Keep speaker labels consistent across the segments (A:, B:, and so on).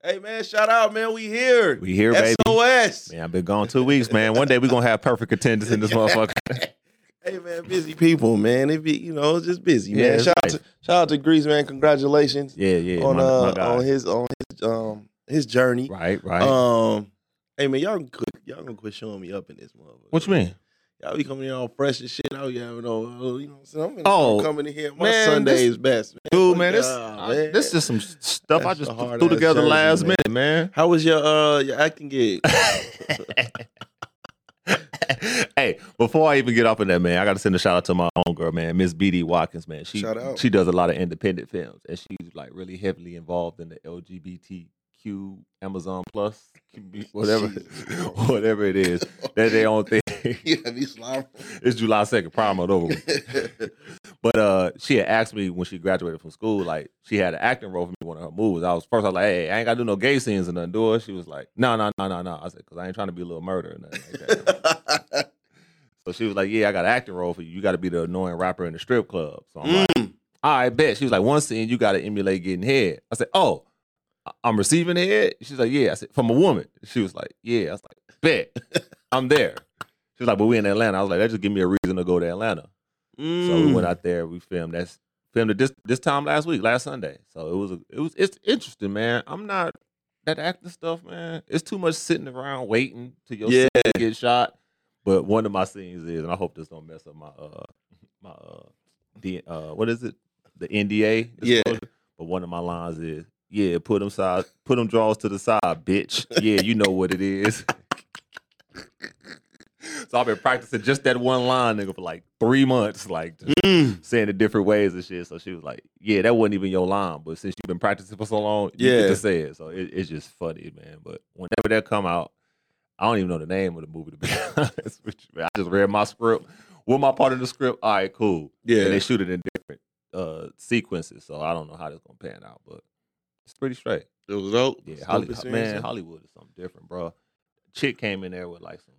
A: Hey man, shout out, man. We here.
B: We here, baby.
A: SOS.
B: Man, I've been gone two weeks, man. One day we're gonna have perfect attendance in this motherfucker.
A: Hey man, busy people, man. It be you know, it's just busy,
B: Yeah,
A: man.
B: it's
A: Shout out,
B: nice.
A: to, shout out to Grease, man. Congratulations
B: Yeah, yeah.
A: on
B: my,
A: uh
B: my guy.
A: on his on his um his journey.
B: right, right.
A: Um, hey man, y'all can quit, y'all gonna quit showing me up in this motherfucker.
B: what you mean?
A: Y'all be coming in all fresh and shit. I be having all, oh, you know what I'm saying? I'm finna-
B: Oh,
A: I'm coming in here. My
B: man,
A: Sunday
B: this-
A: is best, man.
B: Dude,
A: Fuck
B: man, this
A: y'all,
B: I-
A: man.
B: this is some stuff I
A: That's
B: just
A: a
B: th-
A: hard
B: threw
A: ass
B: together
A: jersey,
B: last
A: man.
B: minute, man.
A: How was your uh your acting gig?
B: hey, before I even get off of that, man, I gotta send a shout out to my own girl, man, Miss BD Watkins, man. She
A: Shout out.
B: she does a lot of independent films, and she's like really heavily involved in the LGBTQ Amazon Plus, whatever,
A: Jesus.
B: whatever it is. That's their own thing.
A: yeah, be slobbering.
B: it's July second, prime it over. with. but uh, she had asked me when she graduated from school, like she had an acting role for me in one of her movies. I was first, I was like, "Hey, I ain't gotta do no gay scenes or nothing." Do it. She was like, "No, no, no, no, no." I said, "Cause I ain't trying to be a little murder or nothing like that." So she was like, "Yeah, I got an acting role for you. You got to be the annoying rapper in the strip club." So I'm like, "All right, bet." She was like, "One scene, you got to emulate getting head." I said, "Oh, I- I'm receiving head." She's like, "Yeah." I said, "From a woman." She was like, "Yeah." I was like, "Bet, I'm there." She was like, "But we in Atlanta." I was like, "That just give me a reason to go to Atlanta." So we
A: Mm.
B: went out there. We filmed. That's filmed it this this time last week, last Sunday. So it was a, it was it's interesting, man. I'm not that acting stuff, man. It's too much sitting around waiting to your
A: Yeah.
B: scene to get shot. But one of my scenes is, and I hope this don't mess up my uh my uh the uh what is it the NDA
A: Yeah.
B: disclosure. But one of my lines is, yeah, put them side, put them draws to the side, bitch. Yeah, you know what it is. so I've been practicing just that one line, nigga, for like three months, like just
A: Mm.
B: saying it different ways and shit. So she was like, "Yeah, that wasn't even your line, but since you've been practicing for so long, you
A: Yeah.
B: get to say it." So it, it's just funny, man. But whenever that come out, I don't even know the name of the movie to be honest with you. man. I just read my script. What my part of the script? All right, cool. And
A: Yeah.
B: they shoot it in different uh sequences, so I don't know how this gonna pan out, but it's pretty straight.
A: It was dope.
B: Yeah,
A: Dope
B: Holly,
A: experience,
B: man,
A: huh?
B: Hollywood is something different, bro. Chick came in there with like some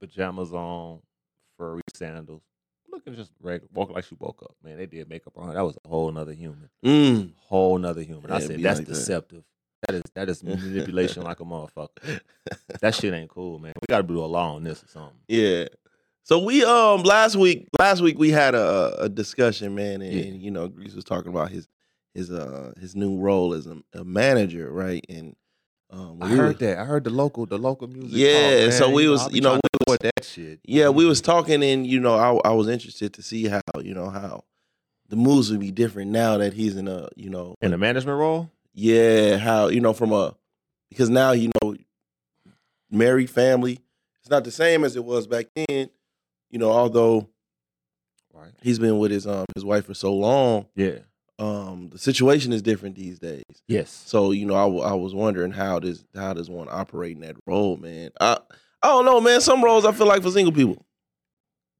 B: pajamas on, furry sandals, looking just regular, walking like she woke up. Man, they did makeup on her. That was a whole nother human,
A: Mm.
B: whole nother human. I
A: Yeah, it
B: said
A: be
B: that's
A: like that.
B: deceptive. That is that is manipulation like a motherfucker. That shit ain't cool, man. We gotta do a law on this or something.
A: Yeah. So we um last week last week we had a a discussion, man, and,
B: Yeah.
A: and, you know Grease was talking about his his uh his new role as a, a manager, right? And um,
B: I
A: we
B: heard
A: was-
B: that. I heard the local, the local music.
A: Yeah,
B: talk,
A: and so
B: man.
A: we was-
B: I be
A: you know,
B: trying to Mm.
A: we was-
B: avoid that shit.
A: Yeah, we was talking, and you know I I was interested to see how you know how the moves would be different now that he's in a you know
B: in a management role.
A: yeah how you know from a because now you know married family it's not the same as it was back then you know although
B: Right.
A: he's been with his um his wife for so long
B: Yeah.
A: um the situation is different these days
B: Yes.
A: so you know I, w- I was wondering how does how does one operate in that role man i i don't know man some roles i feel like for single people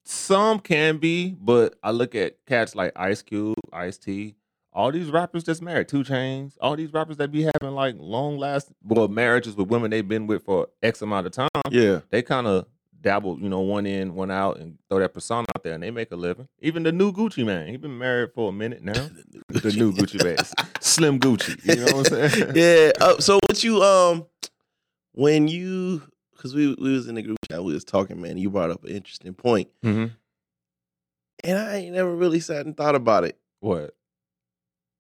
B: Some can be, but I look at cats like Ice Cube, Ice T, all these rappers that's married, Two Chains, all these rappers that be having like long last well marriages with women they've been with for X amount of time.
A: yeah
B: They kind of dabble, you know, one in, one out, and throw that persona out there, and they make a living. Even the new Gucci man, he been married for a minute now. the new Gucci man, Slim Gucci. You know what I'm saying?
A: yeah uh, so what you um when you because we we was in the group chat we was talking man you brought up an interesting point
B: Mhm.
A: and i ain't never really sat and thought about it
B: What?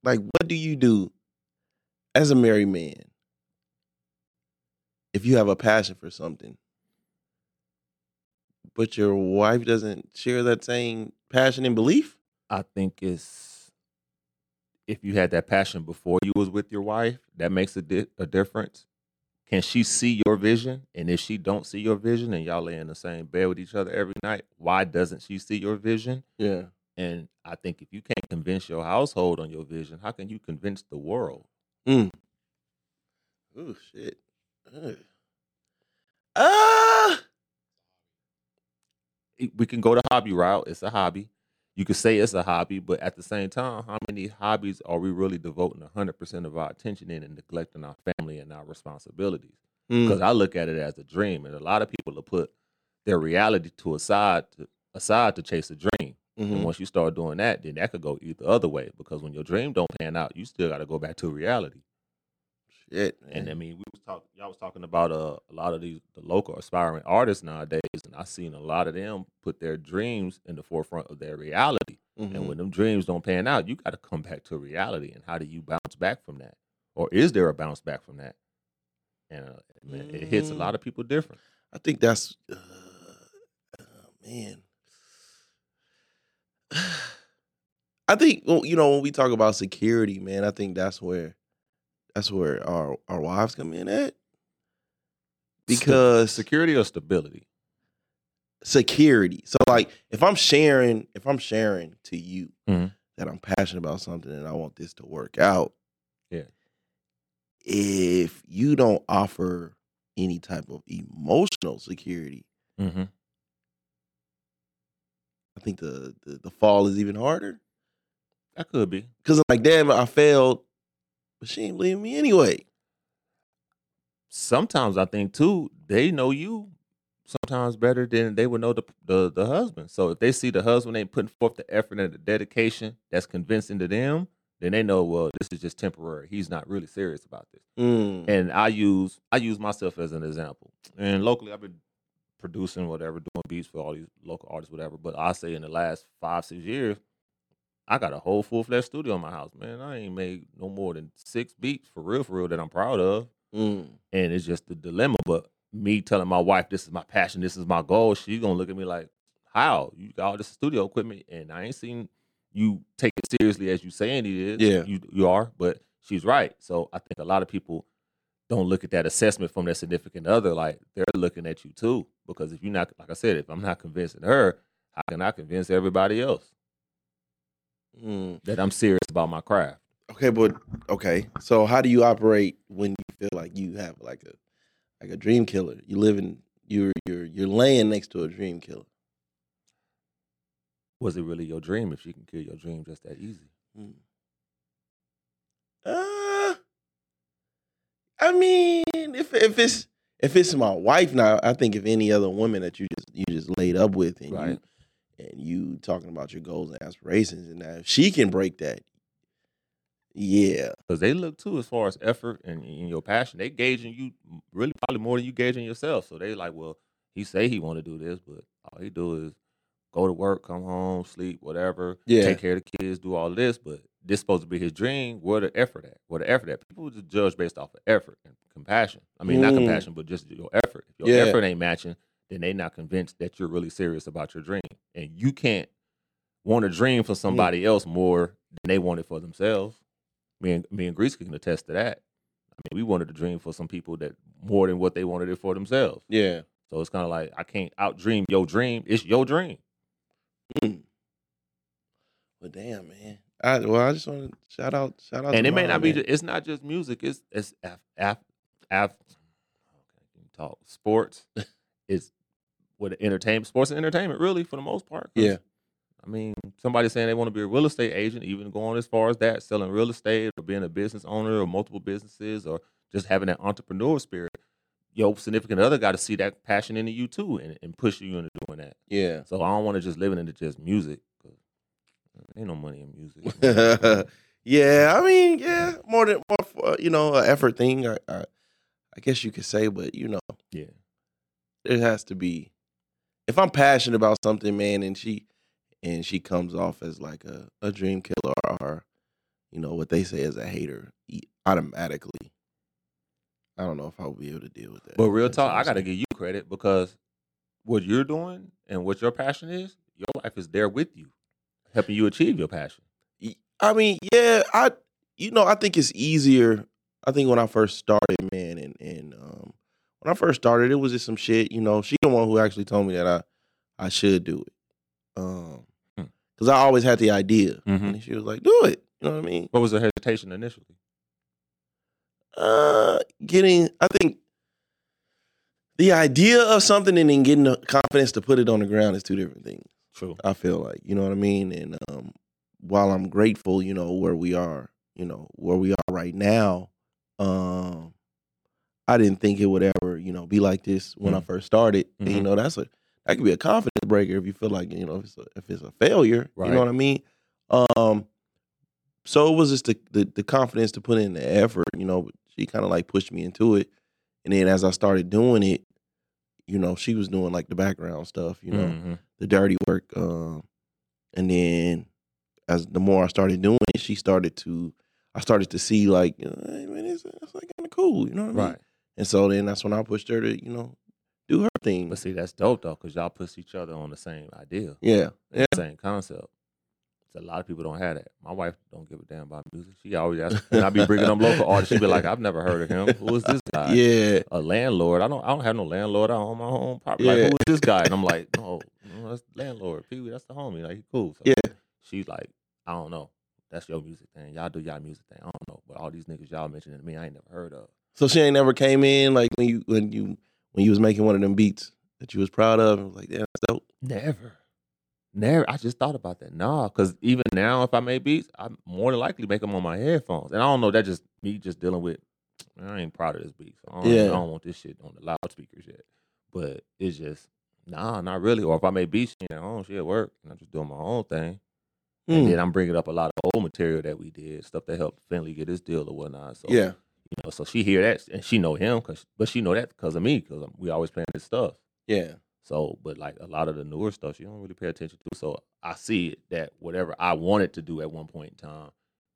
A: like what do you do as a married man if you have a passion for something but your wife doesn't share that same passion and belief
B: I think it's if you had that passion before you was with your wife, that makes a di- a difference. Can she see your vision? And if she don't see your vision, and y'all lay in the same bed with each other every night, why doesn't she see your vision?
A: yeah
B: And I think if you can't convince your household on your vision, how can you convince the world?
A: oh shit Ugh. ah
B: it- we can go the hobby route. It's a hobby. You could say it's a hobby, but at the same time, how many hobbies are we really devoting 100% of our attention in and neglecting our family and our responsibilities? because
A: Mm.
B: I look at it as a dream, and a lot of people will put their reality to aside to, aside to chase a dream. And
A: Mhm.
B: once you start doing that, then that could go either other way because when your dream don't pan out, you still got to go back to reality.
A: Shit, man.
B: And I mean, we was talking. Y'all was talking about uh, a lot of these the local aspiring artists nowadays, and I seen a lot of them put their dreams in the forefront of their reality. And
A: Mhm.
B: when them dreams don't pan out, you got to come back to reality. And how do you bounce back from that, or is there a bounce back from that? And uh, man, it hits a
A: Mm.
B: lot of people different.
A: I think that's uh, uh, man. I think well, you know when we talk about security, man. I think that's where that's where our our wives come in at because
B: Security or stability?
A: security. So like if I'm sharing, if I'm sharing to you
B: Mhm.
A: that I'm passionate about something and I want this to work out.
B: Yeah.
A: If you don't offer any type of emotional security,
B: Mm-hmm.
A: I think the the, the fall is even harder.
B: That could be.
A: Cause I'm like, damn, I failed, but she ain't believe me anyway.
B: sometimes I think too they know you sometimes better than they would know the the, the husband. So if they see the husband ain't putting forth the effort and the dedication that's convincing to them, then they know well this is just temporary. He's not really serious about this.
A: Mm.
B: And I use I use myself as an example. And locally, I've been producing whatever, doing beats for all these local artists, whatever. But I say in the last five six years. I got a whole full fledged studio in my house, man. I ain't made no more than six beats for real, for real that I'm proud of
A: Mm.
B: and it's just the dilemma. But me telling my wife this is my passion, this is my goal, she gonna look at me like, "How you got all this studio equipment and I ain't seen you take it seriously as you saying it is?
A: Yeah.
B: you you are." But she's right. So I think a lot of people don't look at that assessment from their significant other. Like they're looking at you too, because if you're not, like I said, if I'm not convincing her, how can I convince everybody else
A: Mm.
B: that I'm serious about my craft?
A: Okay, but okay. So how do you operate when you feel like you have like a like a dream killer? You live in you're you're you're laying next to a dream killer.
B: Was it really your dream? If she can kill your dream just that easy?
A: Mm. Uh, I mean, if if it's if it's my wife now, I think if any other woman that you just you just laid up with and
B: Right.
A: you and you talking about your goals and aspirations and that if she can break that, yeah,
B: Because they look too, as far as effort and, and your passion, they gauging you m- really probably more than you gauging yourself. So they like, well, he say he want to do this, but all he do is go to work, come home, sleep, whatever,
A: Yeah.
B: take care of the kids, do all this. But this supposed to be his dream. Where the effort at? Where the effort at? People just judge based off of effort and compassion. I mean, not
A: Mm.
B: compassion, but just your effort. If your
A: Yeah.
B: effort ain't matching, then they not convinced that you're really serious about your dream, and you can't want a dream for somebody else more than they want it for themselves. Me and me and Greece can attest to that. I mean, we wanted a dream for some people that more than what they wanted it for themselves.
A: yeah.
B: So it's kind of like I can't outdream your dream. It's your dream.
A: Well, damn, man. I well, I just want to shout out, shout out.
B: and
A: to
B: it may
A: mine,
B: not be.
A: man.
B: ju- It's not just music. It's it's af, af, af, okay, talk sports. it's what entertainment, sports and entertainment, really for the most part. 'cause,
A: Yeah.
B: I mean, somebody saying they want to be a real estate agent, even going as far as that, selling real estate or being a business owner or multiple businesses or just having that entrepreneur spirit. Your significant other got to see that passion into you too and, and push you into doing that.
A: yeah.
B: So I don't want to just living into just music. 'cause Ain't no money in music.
A: yeah, I mean, yeah, more than more, for, you know, an effort thing. I, I, I guess you could say, but you know,
B: yeah.
A: it has to be. If I'm passionate about something, man, and she, and she comes off as like a, a dream killer or, you know, what they say is a hater, e- automatically. I don't know if I'll be able to deal with that.
B: But real
A: That's
B: talk,
A: what
B: I
A: I'm
B: gotta
A: saying.
B: give you credit because what you're doing and what your passion is, your wife is there with you, helping you achieve your passion.
A: Y- I mean, yeah, I you know, I think it's easier. I think when I first started, man, and and um when I first started, it was just some shit, you know, she the one who actually told me that I I should do it. Um
B: Hmm.
A: cuz I always had the idea
B: Mhm.
A: and she was like, "Do it." You know what I mean?
B: What was the hesitation initially?
A: Uh getting I think the idea of something and then getting the confidence to put it on the ground is two different things.
B: True.
A: I feel like you know what I mean. And um, while I'm grateful, you know where we are, you know where we are right now. Um, I didn't think it would ever, you know, be like this when I
B: Mhm.
A: first started. And, you
B: Mhm.
A: know, that's a that could be a confidence breaker if you feel like you know if it's a, if it's a failure. You
B: Right.
A: know what I mean. Um, so it was just the, the the confidence to put in the effort. You know, she kind of like pushed me into it. And then as I started doing it, you know, she was doing like the background stuff, you know,
B: Mhm.
A: the dirty work. Um, and then as the more I started doing it, she started to, I started to see like, you know, hey man, it's, it's like kind of cool, you know what I mean?
B: right.
A: And so then that's when I pushed her to, you know, do her thing.
B: But see, that's dope though, because y'all push each other on the same idea,
A: Yeah,
B: the same concept. So a lot of people don't have that. My wife don't give a damn about music. She always asks, and I be bringing them local artists. She be like, "I've never heard of him. Who is this guy?
A: yeah,
B: A landlord? I don't. I don't have no landlord. I own my own property. Like,
A: Yeah.
B: who is this guy?" And I'm like, "No, no that's landlord. Pee Wee, that's the homie. Like, he cool." So
A: Yeah.
B: She's like, "I don't know. That's your music thing. Y'all do y'all music thing. I don't know. But all these niggas y'all mentioning to me, I ain't never heard of.
A: So she ain't never came in like when you when you when you was making one of them beats that you was proud of. and was like, damn, that's dope.
B: Never. Never. I just thought about that. Nah, because even now, if I make beats, I more than likely make them on my headphones. And I don't know, that just me just dealing with, "Man, I ain't proud of this beat. So I, don't, I
A: Yeah.
B: don't want this shit on the loudspeakers yet. But it's just, nah, not really. Or if I make beats shit at home, shit work. And I'm just doing my own thing. And
A: Hmm.
B: then I'm bringing up a lot of old material that we did, stuff that helped Finley get his deal or whatnot. So,
A: Yeah,
B: you know, so she hear that and she know him, cause, but she know that because of me, because we always playing this stuff.
A: yeah,
B: So, but like a lot of the newer stuff, you don't really pay attention to. So I see it that whatever I wanted to do at one point in time,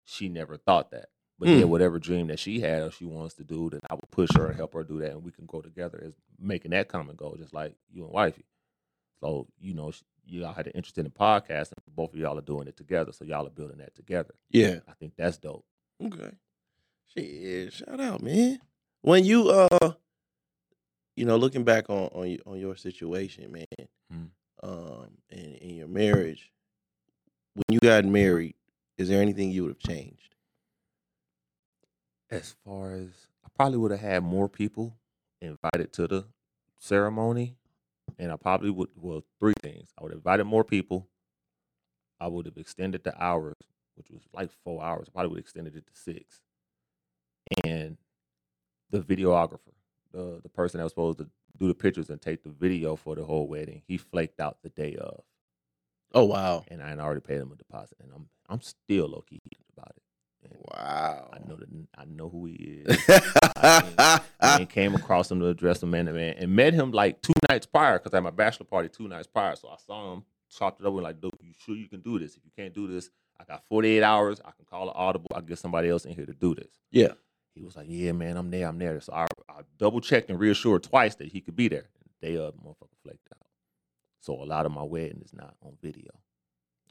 B: she never thought that. But
A: Hmm.
B: then whatever dream that she had or she wants to do, then I would push her and help her do that, and we can go together as making that common goal, just like you and wifey. So you know, sh- y'all had an interest in the podcast, and both of y'all are doing it together. So y'all are building that together.
A: yeah.
B: I think that's dope.
A: Okay. Shit, shout out, man. When you uh, you know, looking back on on y- on your situation, man,
B: Mhm.
A: um, and in your marriage, when you got married, is there anything you would have changed?
B: as far as I probably would have had more people invited to the ceremony, and I probably would well three things. I would have invited more people. I would have extended the hours, which was like four hours. I probably would have extended it to six. And the videographer, the the person that was supposed to do the pictures and take the video for the whole wedding, he flaked out the day of,
A: Oh wow,
B: and I had already paid him a deposit, and I'm I'm still low key about it. And
A: wow.
B: I know that I know who he is and came across him to address him man to man and met him like two nights prior because I had my bachelor party two nights prior. So I saw him, chopped it up, and like, dude, you sure you can do this? If you can't do this, I got 48 hours. I can call an audible. I get somebody else in here to do this.
A: Yeah.
B: He was like, yeah, man, I'm there. I'm there. So I, I double checked and reassured twice that he could be there. They uh, motherfucker flaked out. So a lot of my wedding is not on video.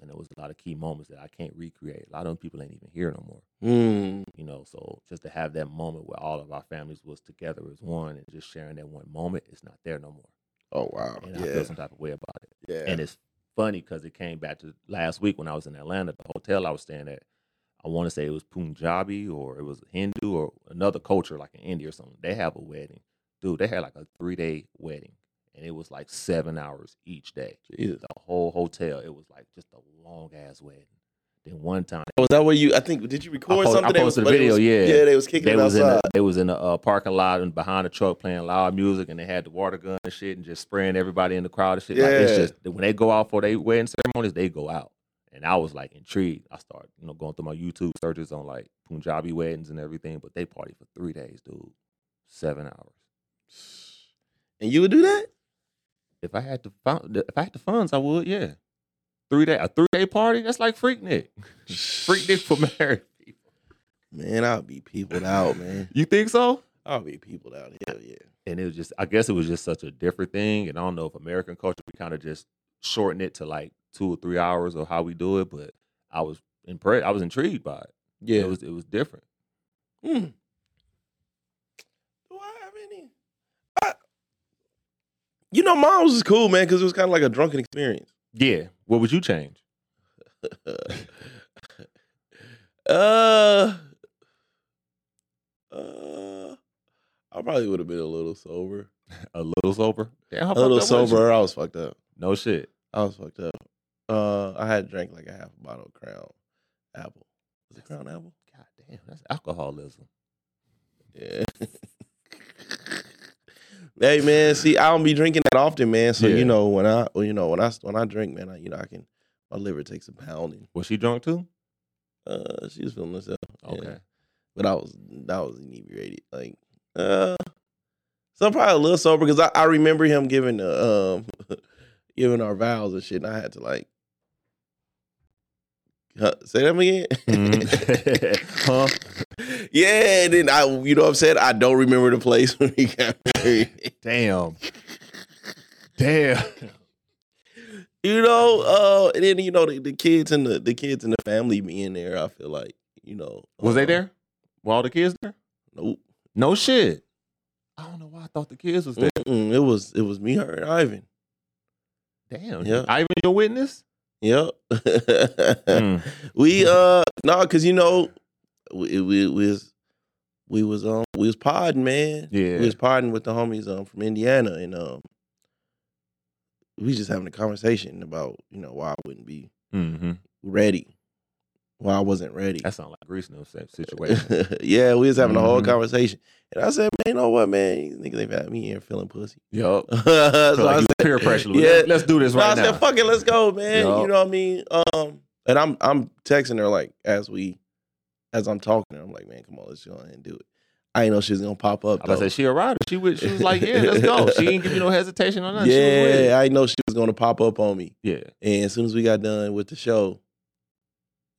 B: And there was a lot of key moments that I can't recreate. A lot of them people ain't even here no more
A: Hmm.
B: you know so just to have that moment where all of our families was together as one and just sharing that one moment it's not there no more
A: Oh wow.
B: and i
A: Yeah.
B: feel some type of way about it
A: Yeah.
B: and it's funny because it came back to last week when i was in atlanta the hotel i was staying at i want to say it was punjabi or it was hindu or another culture like in india or something they have a wedding dude they had like a three day wedding and it was like seven hours each day
A: Jesus.
B: the whole hotel it was like just a long ass wedding then one time
A: Was that where you? I think did you record
B: post- I
A: something? They
B: posted
A: was-
B: a
A: but it
B: video,
A: was-
B: yeah.
A: yeah. They was kicking
B: they
A: it
B: was in
A: outside.
B: the, they was in a uh, parking lot and behind the truck playing loud music and they had the water gun and shit and just spraying everybody in the crowd and shit. Like it's
A: Yeah.
B: just when they go out for their wedding ceremonies, they go out. And I was like intrigued. I started, you know, going through my YouTube searches on like Punjabi weddings and everything, but they party for three days, dude. Seven hours.
A: and you would do that?
B: If I had to find, if I had the funds, I would, yeah. Three day a three day party, that's like freak Nick. Freak Nick for married people.
A: Man, I'll be peopled out, man.
B: You think so?
A: I'll be peopled out. Hell yeah.
B: and it was just I guess it was just such a different thing. And I don't know if American culture we kind of just shorten it to like two or three hours or how we do it, but I was impressed. I was intrigued by it.
A: Yeah.
B: It was it was different.
A: Hmm. Do I have any? I, you know, mine was just cool, man, because it was kind of like a drunken experience.
B: Yeah. What would you change?
A: uh, uh, I probably would have been a little sober.
B: A little sober. Damn, how
A: A little
B: fucked up was you?
A: sober. I was fucked up.
B: No shit.
A: I was fucked up. Uh, I had drank like a half a bottle of Crown Apple. Was it Crown Apple?
B: God damn, that's alcoholism.
A: Yeah. hey man, see, I don't be drinking that often, man. So
B: Yeah.
A: you know when I, well, you know when I when I drink, man, I, you know I can. My liver takes a pounding.
B: Was she drunk too?
A: Uh, she was feeling herself. Yeah.
B: Okay.
A: but I was that was inebriated. Like, uh, so I'm probably a little sober because I, I remember him giving the um giving our vows and shit, and I had to like huh, say that again.
B: Mm. huh?
A: yeah, and then I, you know, what I'm saying I don't remember the place when we got married.
B: Damn. Damn.
A: you know, uh, and then you know the, the kids and the the kids and the family being there. I feel like you know,
B: Was they
A: uh,
B: there? Were all the kids there?
A: Nope.
B: No shit. I don't know why I thought the kids was there.
A: Mm-mm, it was it was me, her, and Ivan.
B: Damn.
A: Yeah.
B: Ivan, your witness?
A: Yep.
B: Mm.
A: We uh no, cause you know we we we was we was um we was podding man.
B: Yeah.
A: We was podding with the homies um from Indiana and um we was just having a conversation about you know why I wouldn't be
B: Mm-hmm.
A: ready, why I wasn't ready.
B: That sounds like a grease no sa- situation.
A: yeah, we was having a whole
B: Mhm.
A: conversation, and I said, man, you know what, man, these niggas they've had me here feeling pussy.
B: yup.
A: so
B: So
A: I
B: like you
A: said,
B: peer pressure.
A: yeah.
B: Yeah. Let's do this
A: So
B: right
A: I
B: now.
A: said, "Fuck it, let's go, man."
B: Yup.
A: You know what I mean? Um, and I'm I'm texting her like as we, as I'm talking, to her, I'm like, "Man, come on, let's go ahead and do it." I ain't know she's gonna pop up.
B: I was
A: though.
B: like, she a rider. She was, she was like, yeah, let's go. She didn't give you no hesitation on nothing. She was with
A: yeah,
B: it.
A: I ain't know she was gonna pop up on me.
B: yeah.
A: And as soon as we got done with the show,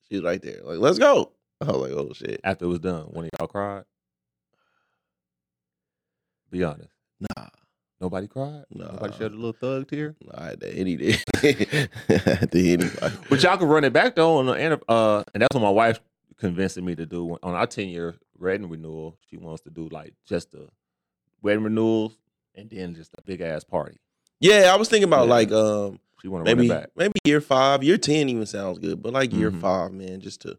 A: she was right there, like, "Let's go." I was like, "Oh shit,
B: After it was done, one of y'all cried. Be honest.
A: nah,
B: Nobody cried.
A: Nah.
B: Nobody shed a little thug tear.
A: nah I had to any day, I had to anybody."
B: But y'all can run it back though, on the, and uh, and that's what my wife convincing me to do on our ten year wedding renewal. She wants to do like just the wedding renewals and then just a big ass party.
A: yeah, I was thinking about
B: Yeah.
A: like um
B: She want to run it
A: maybe
B: back.
A: maybe year five, year ten even sounds good, but like year
B: Mhm.
A: five, man, just to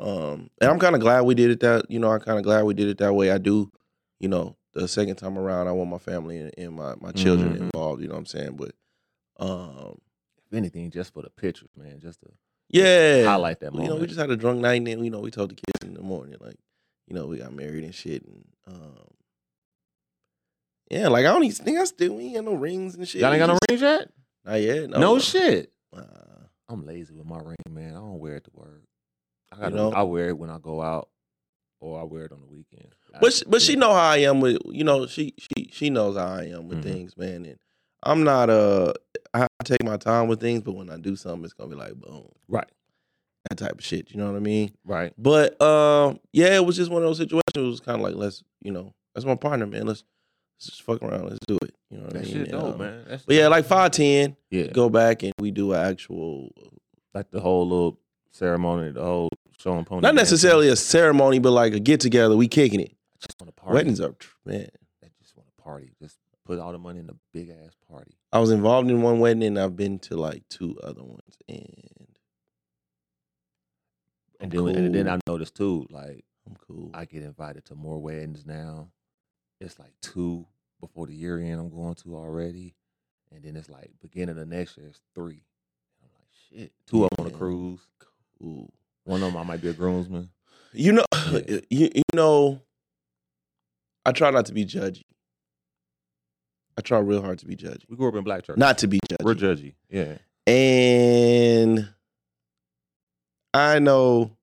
A: um and I'm kinda glad we did it that you know, I'm kinda glad we did it that way. I do, you know, the second time around I want my family and, and my, my children
B: Mhm.
A: involved, you know what I'm saying? But um
B: If anything, just for the pictures, man, just to
A: yeah.
B: highlight that
A: You
B: moment.
A: know, we just had a drunk night and then, you know, we told the kids in the morning, like, you know, we got married and shit and um yeah, like I don't even think I still we ain't got no rings and shit.
B: y'all ain't got no
A: rings?
B: rings yet.
A: Not yet. No,
B: No, shit.
A: Uh,
B: I'm lazy with my ring, man. I don't wear it to work. I got. to
A: know?
B: I wear it when I go out, or I wear it on the weekend.
A: But she, but she
B: Yeah.
A: know how I am with you know she she she knows how I am with
B: Mhm.
A: things, man. And I'm not uh I I take my time with things, but when I do something, it's gonna be like boom,
B: Right.
A: that type of shit. You know what I mean?
B: Right.
A: But um, yeah, it was just one of those situations. It was kind of like let's you know that's my partner, man. Let's let's just fuck around, let's do it. You know what
B: That
A: I mean?
B: shit
A: And,
B: dope,
A: um,
B: man. That's
A: But yeah, like five ten,
B: Yeah.
A: go back and we do an actual, uh,
B: like the whole little ceremony, the whole show and pony.
A: not
B: dancing.
A: necessarily a ceremony, but like a get together. We kicking it.
B: I just want to party.
A: Weddings are man.
B: I just want to party. Just put all the money in a big ass party.
A: I was involved in one wedding and I've been to like two other ones. And
B: And then, and then
A: Oh, cool.
B: I noticed too, like
A: I'm cool.
B: I get invited to more weddings now. It's like two before the year end. I'm going to already, and then it's like beginning of next year. It's three. I'm like, shit. Two of them on a
A: Yeah.
B: cruise.
A: cool.
B: One of them I might be a groomsman.
A: You know,
B: Yeah.
A: you, you know, I try not to be judgy. I try real hard to be judgy.
B: We grew up in black church.
A: Not to be judgy.
B: We're judgy. Yeah.
A: and I know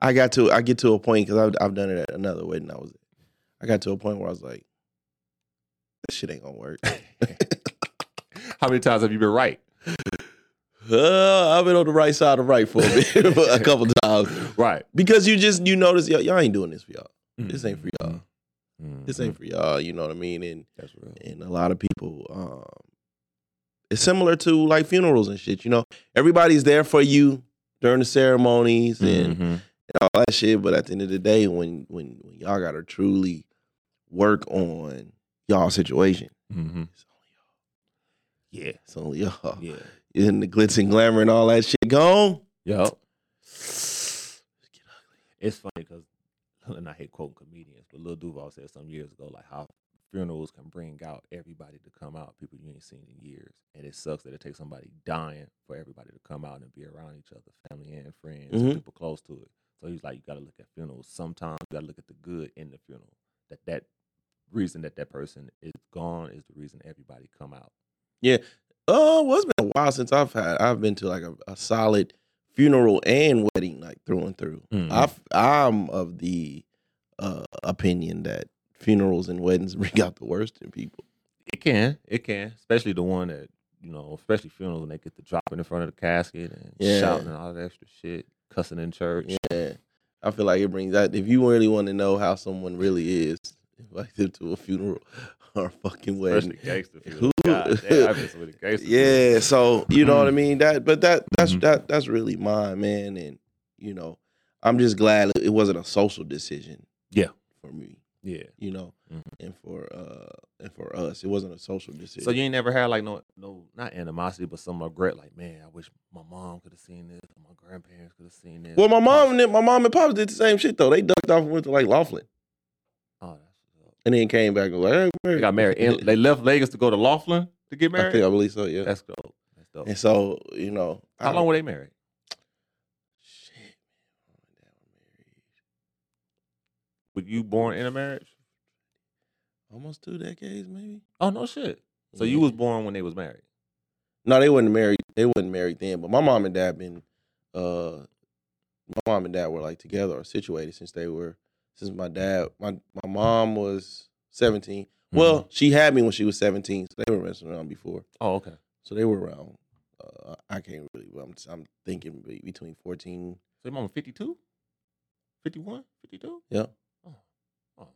A: I got to I get to a point because I've I've done it at another wedding I was at. I got to a point where I was like, this shit ain't gonna work.
B: How many times have you been right?
A: Uh, I've been on the right side of right for a bit, for a couple times.
B: Right.
A: because you just you notice y'all, y'all ain't doing this for y'all. This ain't for y'all. This ain't
B: Mhm.
A: for y'all. You know what I mean? And
B: Mm-hmm. That's real.
A: and a lot of people, um, it's similar to like funerals and shit. You know, everybody's there for you during the ceremonies and,
B: Mhm.
A: and all that shit. But at the end of the day, when when when y'all gotta truly work on y'all situation,
B: Mm-hmm.
A: it's
B: Yeah.
A: only y'all. It's only y'all.
B: Yeah.
A: And the glitz and glamour and all that shit gone.
B: Yo. It's funny because, and I hate quoting comedians, but Lil Duval said some years ago, like how funerals can bring out everybody to come out, people you ain't seen in years. And it sucks that it takes somebody dying for everybody to come out and be around each other, family and friends, and
A: Mhm.
B: people close to it. So he's like, you got to look at funerals. Sometimes you got to look at the good in the funeral. That that reason that that person is gone is the reason everybody come out.
A: Oh, well, it's been a while since I've had. I've been to like a, a solid funeral and wedding, like through and through.
B: Mhm.
A: I am of the uh, opinion that funerals and weddings bring out the worst in people.
B: It can, it can, especially the one that you know, especially funerals when they get to dropping in front of the casket and
A: Yeah.
B: shouting and all that extra shit, cussing in church.
A: Yeah, I feel like it brings out. If you really want to know how someone really is, invite them to a funeral or a fucking wedding.
B: Especially gangster
A: Who-
B: funerals. God damn, I've been to the gangster
A: Yeah,
B: funerals. Mm-hmm.
A: so you know what I mean. That, but that that's
B: Mhm.
A: that that's really mine, man. And you know, I'm just glad it wasn't a social decision.
B: Yeah.
A: for me,
B: yeah.
A: you know,
B: Mhm.
A: and for uh and for us, it wasn't a social decision.
B: So you ain't never had like no no not animosity, but some regret. Like man, I wish my mom could have seen this, or my grandparents could have seen this.
A: well, my mom and my mom and pops did the same shit though. They ducked off and went to like Laughlin,
B: Oh, that's what's up.
A: and then came back and was like, hey,
B: they got married. And they left Vegas to go to Laughlin to get
A: I
B: married.
A: think I believe so. Yeah.
B: that's dope. That's dope.
A: And so you know, I
B: How
A: don't-
B: long were they married?
A: Shit, man. Mom and dad were married
B: Were you born in a marriage?
A: Almost two decades, maybe.
B: Oh no shit. So
A: Yeah.
B: you was born when they was married.
A: No, they wasn't married. They wasn't married then. But my mom and dad been, uh, my mom and dad were like together or situated since they were since my dad. My my mom was 17 Well, she had me when she was seventeen, so they were messing around before.
B: Mm-hmm. Oh okay.
A: So they were around. Uh, I can't really. But I'm I'm thinking be- between fourteen.
B: So your mom 52? 51? 52?
A: Yeah.
B: Oh. oh.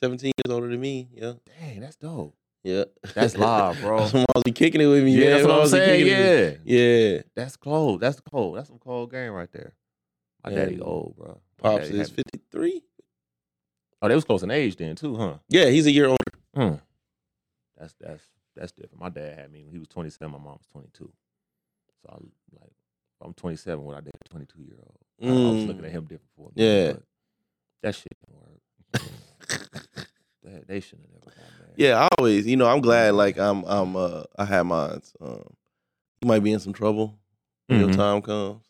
A: 17 years older than me, yeah,
B: Dang, that's dope.
A: yeah.
B: That's live, bro.
A: That's when Mom was kicking it with me.
B: yeah,
A: man.
B: that's
A: Mom
B: what I'm
A: was
B: saying.
A: kicking it with me.
B: Yeah.
A: yeah.
B: That's cold. That's cold. That's some cold game right there. My daddy
A: And
B: old, bro. My
A: Pops
B: daddy
A: is
B: had-
A: 53.
B: Oh, they was close in age then too, huh?
A: Yeah, he's a year older.
B: Hmm. That's that's that's different. My dad had me when he was 27. My mom was 22. So I am like, I'm 27 when I did a 22 year old. I- I, was
A: Mm.
B: looking at him different for a minute,
A: Yeah.
B: but that shit didn't work. that, they shouldn't have never got married.
A: Yeah, I always, you know, I'm glad like I'm I'm uh I had mine. Um you might be in some trouble when your
B: Mhm.
A: time comes.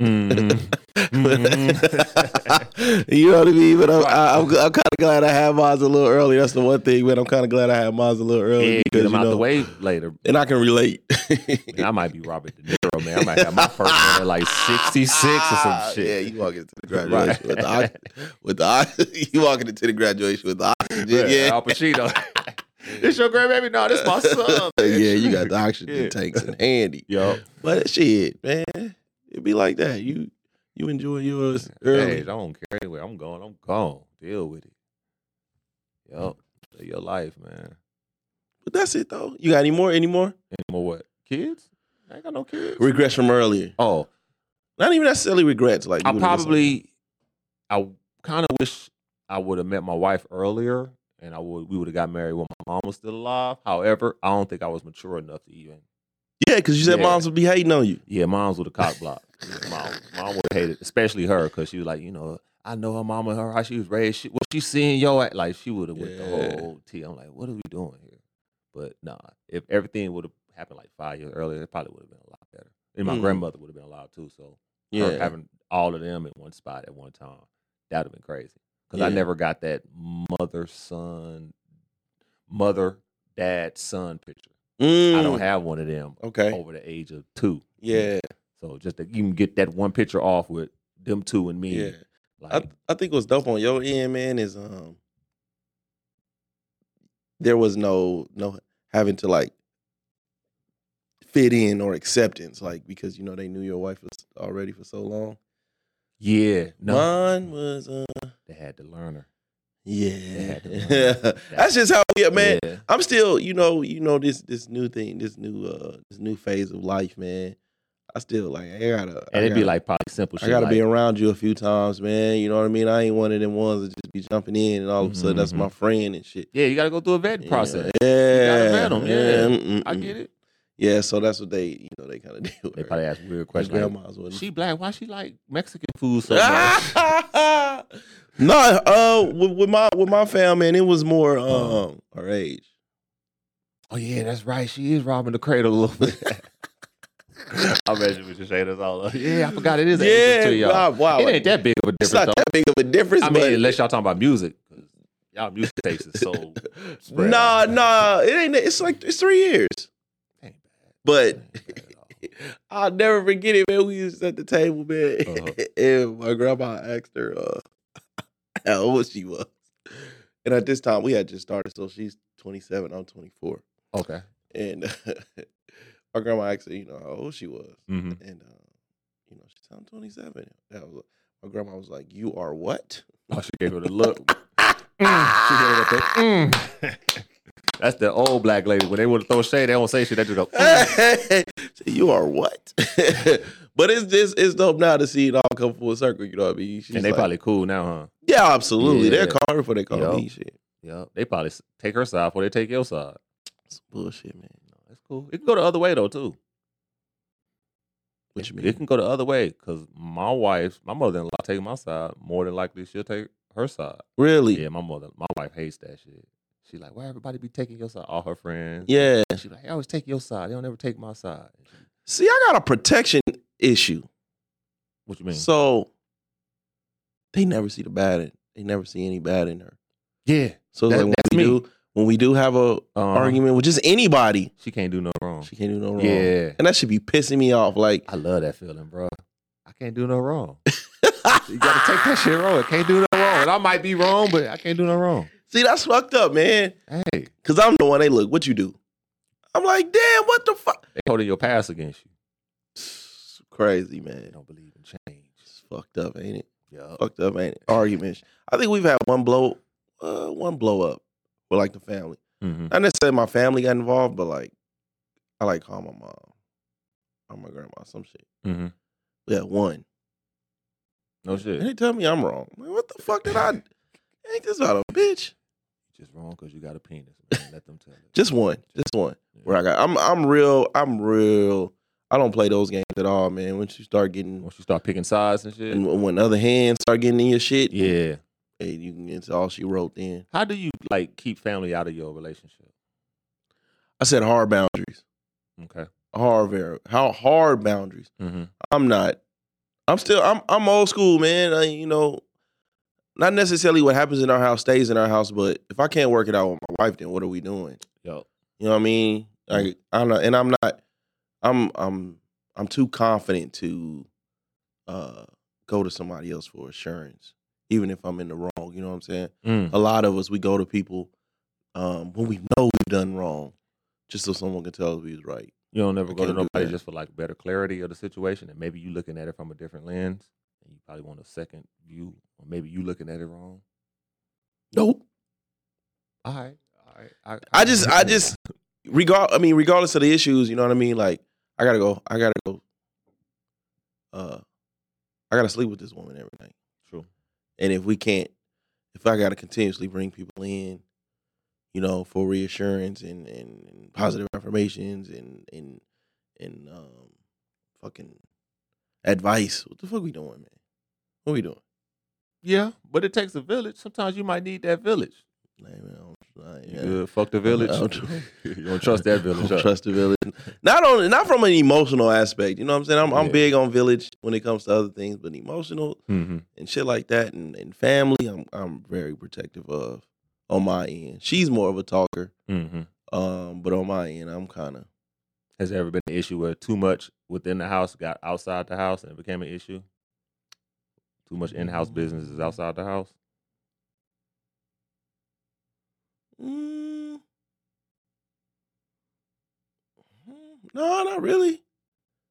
B: Mhm. Mhm.
A: you know what I mean? But I'm,
B: Right.
A: I, I'm, I'm kind of glad I had mine a little early. That's the one thing, but I'm kind of glad I had mine a little early
B: yeah, get
A: because
B: him
A: you
B: out
A: know,
B: the way later.
A: and I can relate.
B: Man, I might be Robert De Niro, man. I might have my first one at like 66 or some shit.
A: Ah, Yeah, you walk into the graduation
B: Right.
A: with the ox- with the ox- you walking into the graduation with the oxygen.
B: Yeah,
A: yeah.
B: Al Pacino. this your grandbaby? No, this my son.
A: yeah, you got the oxygen
B: Yeah.
A: tanks in handy.
B: Yo,
A: But shit, man, it be like that. You you enjoy yours
B: hey, I
A: early.
B: don't care anywhere. I'm going. I'm gone. Deal with it. Yo, live your life, man.
A: But that's it though. You got any more? Any more?
B: Any more what? Kids? I ain't got no kids.
A: Regrets from earlier.
B: Oh,
A: Not even necessarily regrets. Like
B: I
A: you would've did
B: probably, I kind of wish I would have met my wife earlier, and I would we would have got married when my mom was still alive. However, I don't think I was mature enough to even.
A: something. yeah, because you said
B: Yeah.
A: moms would be hating on you.
B: Yeah, mom's with a cock block. Yeah, mom, mom would hate it, especially her, because she was like, you know, I know her mama, her how she was raised. She, what she seeing yo at like she would have went
A: Yeah.
B: the whole tea. I'm like, what are we doing here? But nah, if everything would have happened like five years earlier, it probably would have been a lot better. And my
A: Mm.
B: grandmother would have been alive too. So yeah.
A: Yeah,
B: having all of them in one spot at one time. That would have been crazy. Because I
A: Yeah.
B: never got that mother son, mother dad son picture. I don't
A: Mm,
B: have one of them
A: Okay.
B: over the age of two.
A: yeah,
B: So just to even get that one picture off with them two and me.
A: yeah. I
B: Like,
A: I think what's dope on your end, man, is um, there was no no having to like fit in or acceptance, like because you know they knew your wife was already for so long.
B: yeah, no,
A: Mine was uh,
B: they had to learn her.
A: yeah.
B: had to learn.
A: That's just how we, man.
B: Yeah.
A: I'm still, you know, you know this this new thing, this new uh this new phase of life, man. I still like I gotta, I
B: And it'd be
A: gotta-
B: like probably simple shit.
A: I gotta
B: like,
A: be around you a few times, man. You know what I mean? I ain't one of them ones that just be jumping in and all of a sudden that's
B: Mhm,
A: my friend and shit.
B: yeah, you got to go through a vetting
A: You know,
B: process.
A: Yeah,
B: vet 'em, yeah.
A: mm, mm,
B: I
A: mm.
B: get it.
A: Yeah, so that's what they, you know, they kind of do.
B: They probably ask weird questions. like,
A: grandmas wouldn't.
B: she black. Why she like Mexican food so much?
A: no, uh, with, with my with my fam, man, it was more
B: Uh-huh.
A: um our age.
B: Oh yeah, that's right. She is robbing the cradle a little bit. I imagine we should say this all up. Yeah, I forgot it is. Yeah, to y'all.
A: wow, wow.
B: it ain't that big of a
A: It's not
B: difference. though.
A: that big of a difference.
B: I
A: but
B: mean, unless y'all talking about music, 'cause y'all music takes is so. spread
A: Nah,
B: out.
A: nah, it ain't. It's like it's three years.
B: Ain't bad.
A: But
B: Ain't bad at all.
A: I'll never forget it, man. We was at the table, man,
B: Uh-huh.
A: and my grandma asked her, uh, how old she was. And at this time, we had just started, so she's 27, I'm 24.
B: Okay.
A: And my grandma asked her, you know, how old she was.
B: Mm-hmm.
A: And, uh, you know, she said, I'm 27. That was, my grandma was like, you are what?
B: Oh, she gave her the look. Mm, she gave her the thing. Mm. That's the old black lady. When they want to throw shade, they don't say shit. They just go. mm.
A: Say, you are what? but it's just, it's dope now to see it all come full circle, you know what I mean? She's
B: and they
A: like,
B: probably cool now, huh?
A: yeah, absolutely. They're
B: Yeah.
A: calling for they call
B: Yup.
A: me shit.
B: Yeah. They probably s- take her side before they take your side.
A: It's bullshit, man.
B: No, that's cool. It can go the other way though too.
A: What you
B: It-
A: mean?
B: It can go the other way because my wife, my mother-in-law, taking my side. More than likely, she'll take her side.
A: Really?
B: Yeah, my mother, my wife hates that shit. She like, why everybody be taking your side? All her friends.
A: Yeah.
B: And she like, I always take your side. They don't ever take my side.
A: See, I got a protection issue.
B: What you mean?
A: So they never see the bad in they never see any bad in her.
B: yeah.
A: So it's
B: That-
A: like when
B: that's
A: we
B: me.
A: do when we do have a
B: Uh-huh.
A: argument with just anybody,
B: She can't do no wrong.
A: she can't do no wrong.
B: Yeah.
A: And that should be pissing me off. Like
B: I love that feeling, bro. I can't do no wrong. You gotta take that shit wrong. I can't do no wrong. And I might be wrong, but I can't do no wrong.
A: See, that's fucked up, man.
B: Hey,
A: Cause I'm the one they look, what you do? I'm like, damn, what the fuck?
B: they holding your past against you.
A: Crazy,
B: They
A: man.
B: don't believe in change.
A: It's fucked up, ain't it?
B: Yeah.
A: Fucked up, ain't it? Arguments. I think we've had one blow uh one blow up with like the family.
B: Mm-hmm.
A: not necessarily my family got involved, but like I like call my mom or my grandma, some shit.
B: Mm-hmm.
A: Yeah, one.
B: No
A: And
B: shit.
A: they tell me I'm wrong. Like, what the fuck did I ain't this about a bitch?
B: Just wrong because you got a penis. Man. Let them tell it.
A: Just one. Just one. Where I got I'm I'm real, I'm real. I don't play those games at all, man. Once you start getting
B: once you start picking sides and Oh, shit.
A: and when other hands start getting in your shit,
B: Yeah.
A: hey, you can get into all she wrote then.
B: How do you like keep family out of your relationship?
A: I said hard boundaries.
B: Okay.
A: Hard ver- how hard boundaries.
B: Mm-hmm.
A: I'm not. I'm still. I'm. I'm old school, man. I, you know, not necessarily what happens in our house stays in our house, but if I can't work it out with my wife, then what are we doing?
B: Yo.
A: You know what I mean? Like I'm not, and I'm not. I'm. I'm. I'm too confident to uh go to somebody else for assurance, even if I'm in the wrong. You know what I'm saying?
B: Mm.
A: A lot of us we go to people um when we know we've done wrong, just so someone can tell us we was right.
B: You don't ever
A: I
B: go to
A: can't do
B: nobody
A: that.
B: just for like better clarity of the situation, and maybe you looking at it from a different lens, and you probably want a second view, or maybe you looking at it wrong.
A: Nope.
B: All right, all right. I,
A: I just, I just, regard. I mean, regardless of the issues, you know what I mean. Like, I gotta go. I gotta go. Uh, I gotta sleep with this woman every night.
B: true.
A: And if we can't, if I gotta continuously bring people in, you know, for reassurance and and, and positive affirmations and and and um, fucking advice. What the fuck we doing, man? What we doing?
B: Yeah, but it takes a village. Sometimes you might need that village.
A: Like, man, I don't- I-
B: You
A: yeah.
B: good? Fuck the
A: I don't-
B: village.
A: I don't-
B: you don't trust that village.
A: Don't
B: huh?
A: trust the village. Not on not from an emotional aspect. You know what I'm saying? I'm, I'm
B: Yeah.
A: big on village when it comes to other things, but emotional
B: Mhm.
A: and shit like that, and, and family, I'm I'm very protective of on my end. She's more of a talker,
B: Mhm.
A: um, but on my end, I'm kind of
B: Has there ever been an issue where too much within the house got outside the house and it became an issue? Too much in-house business is outside the house.
A: mm, mm, no, not really,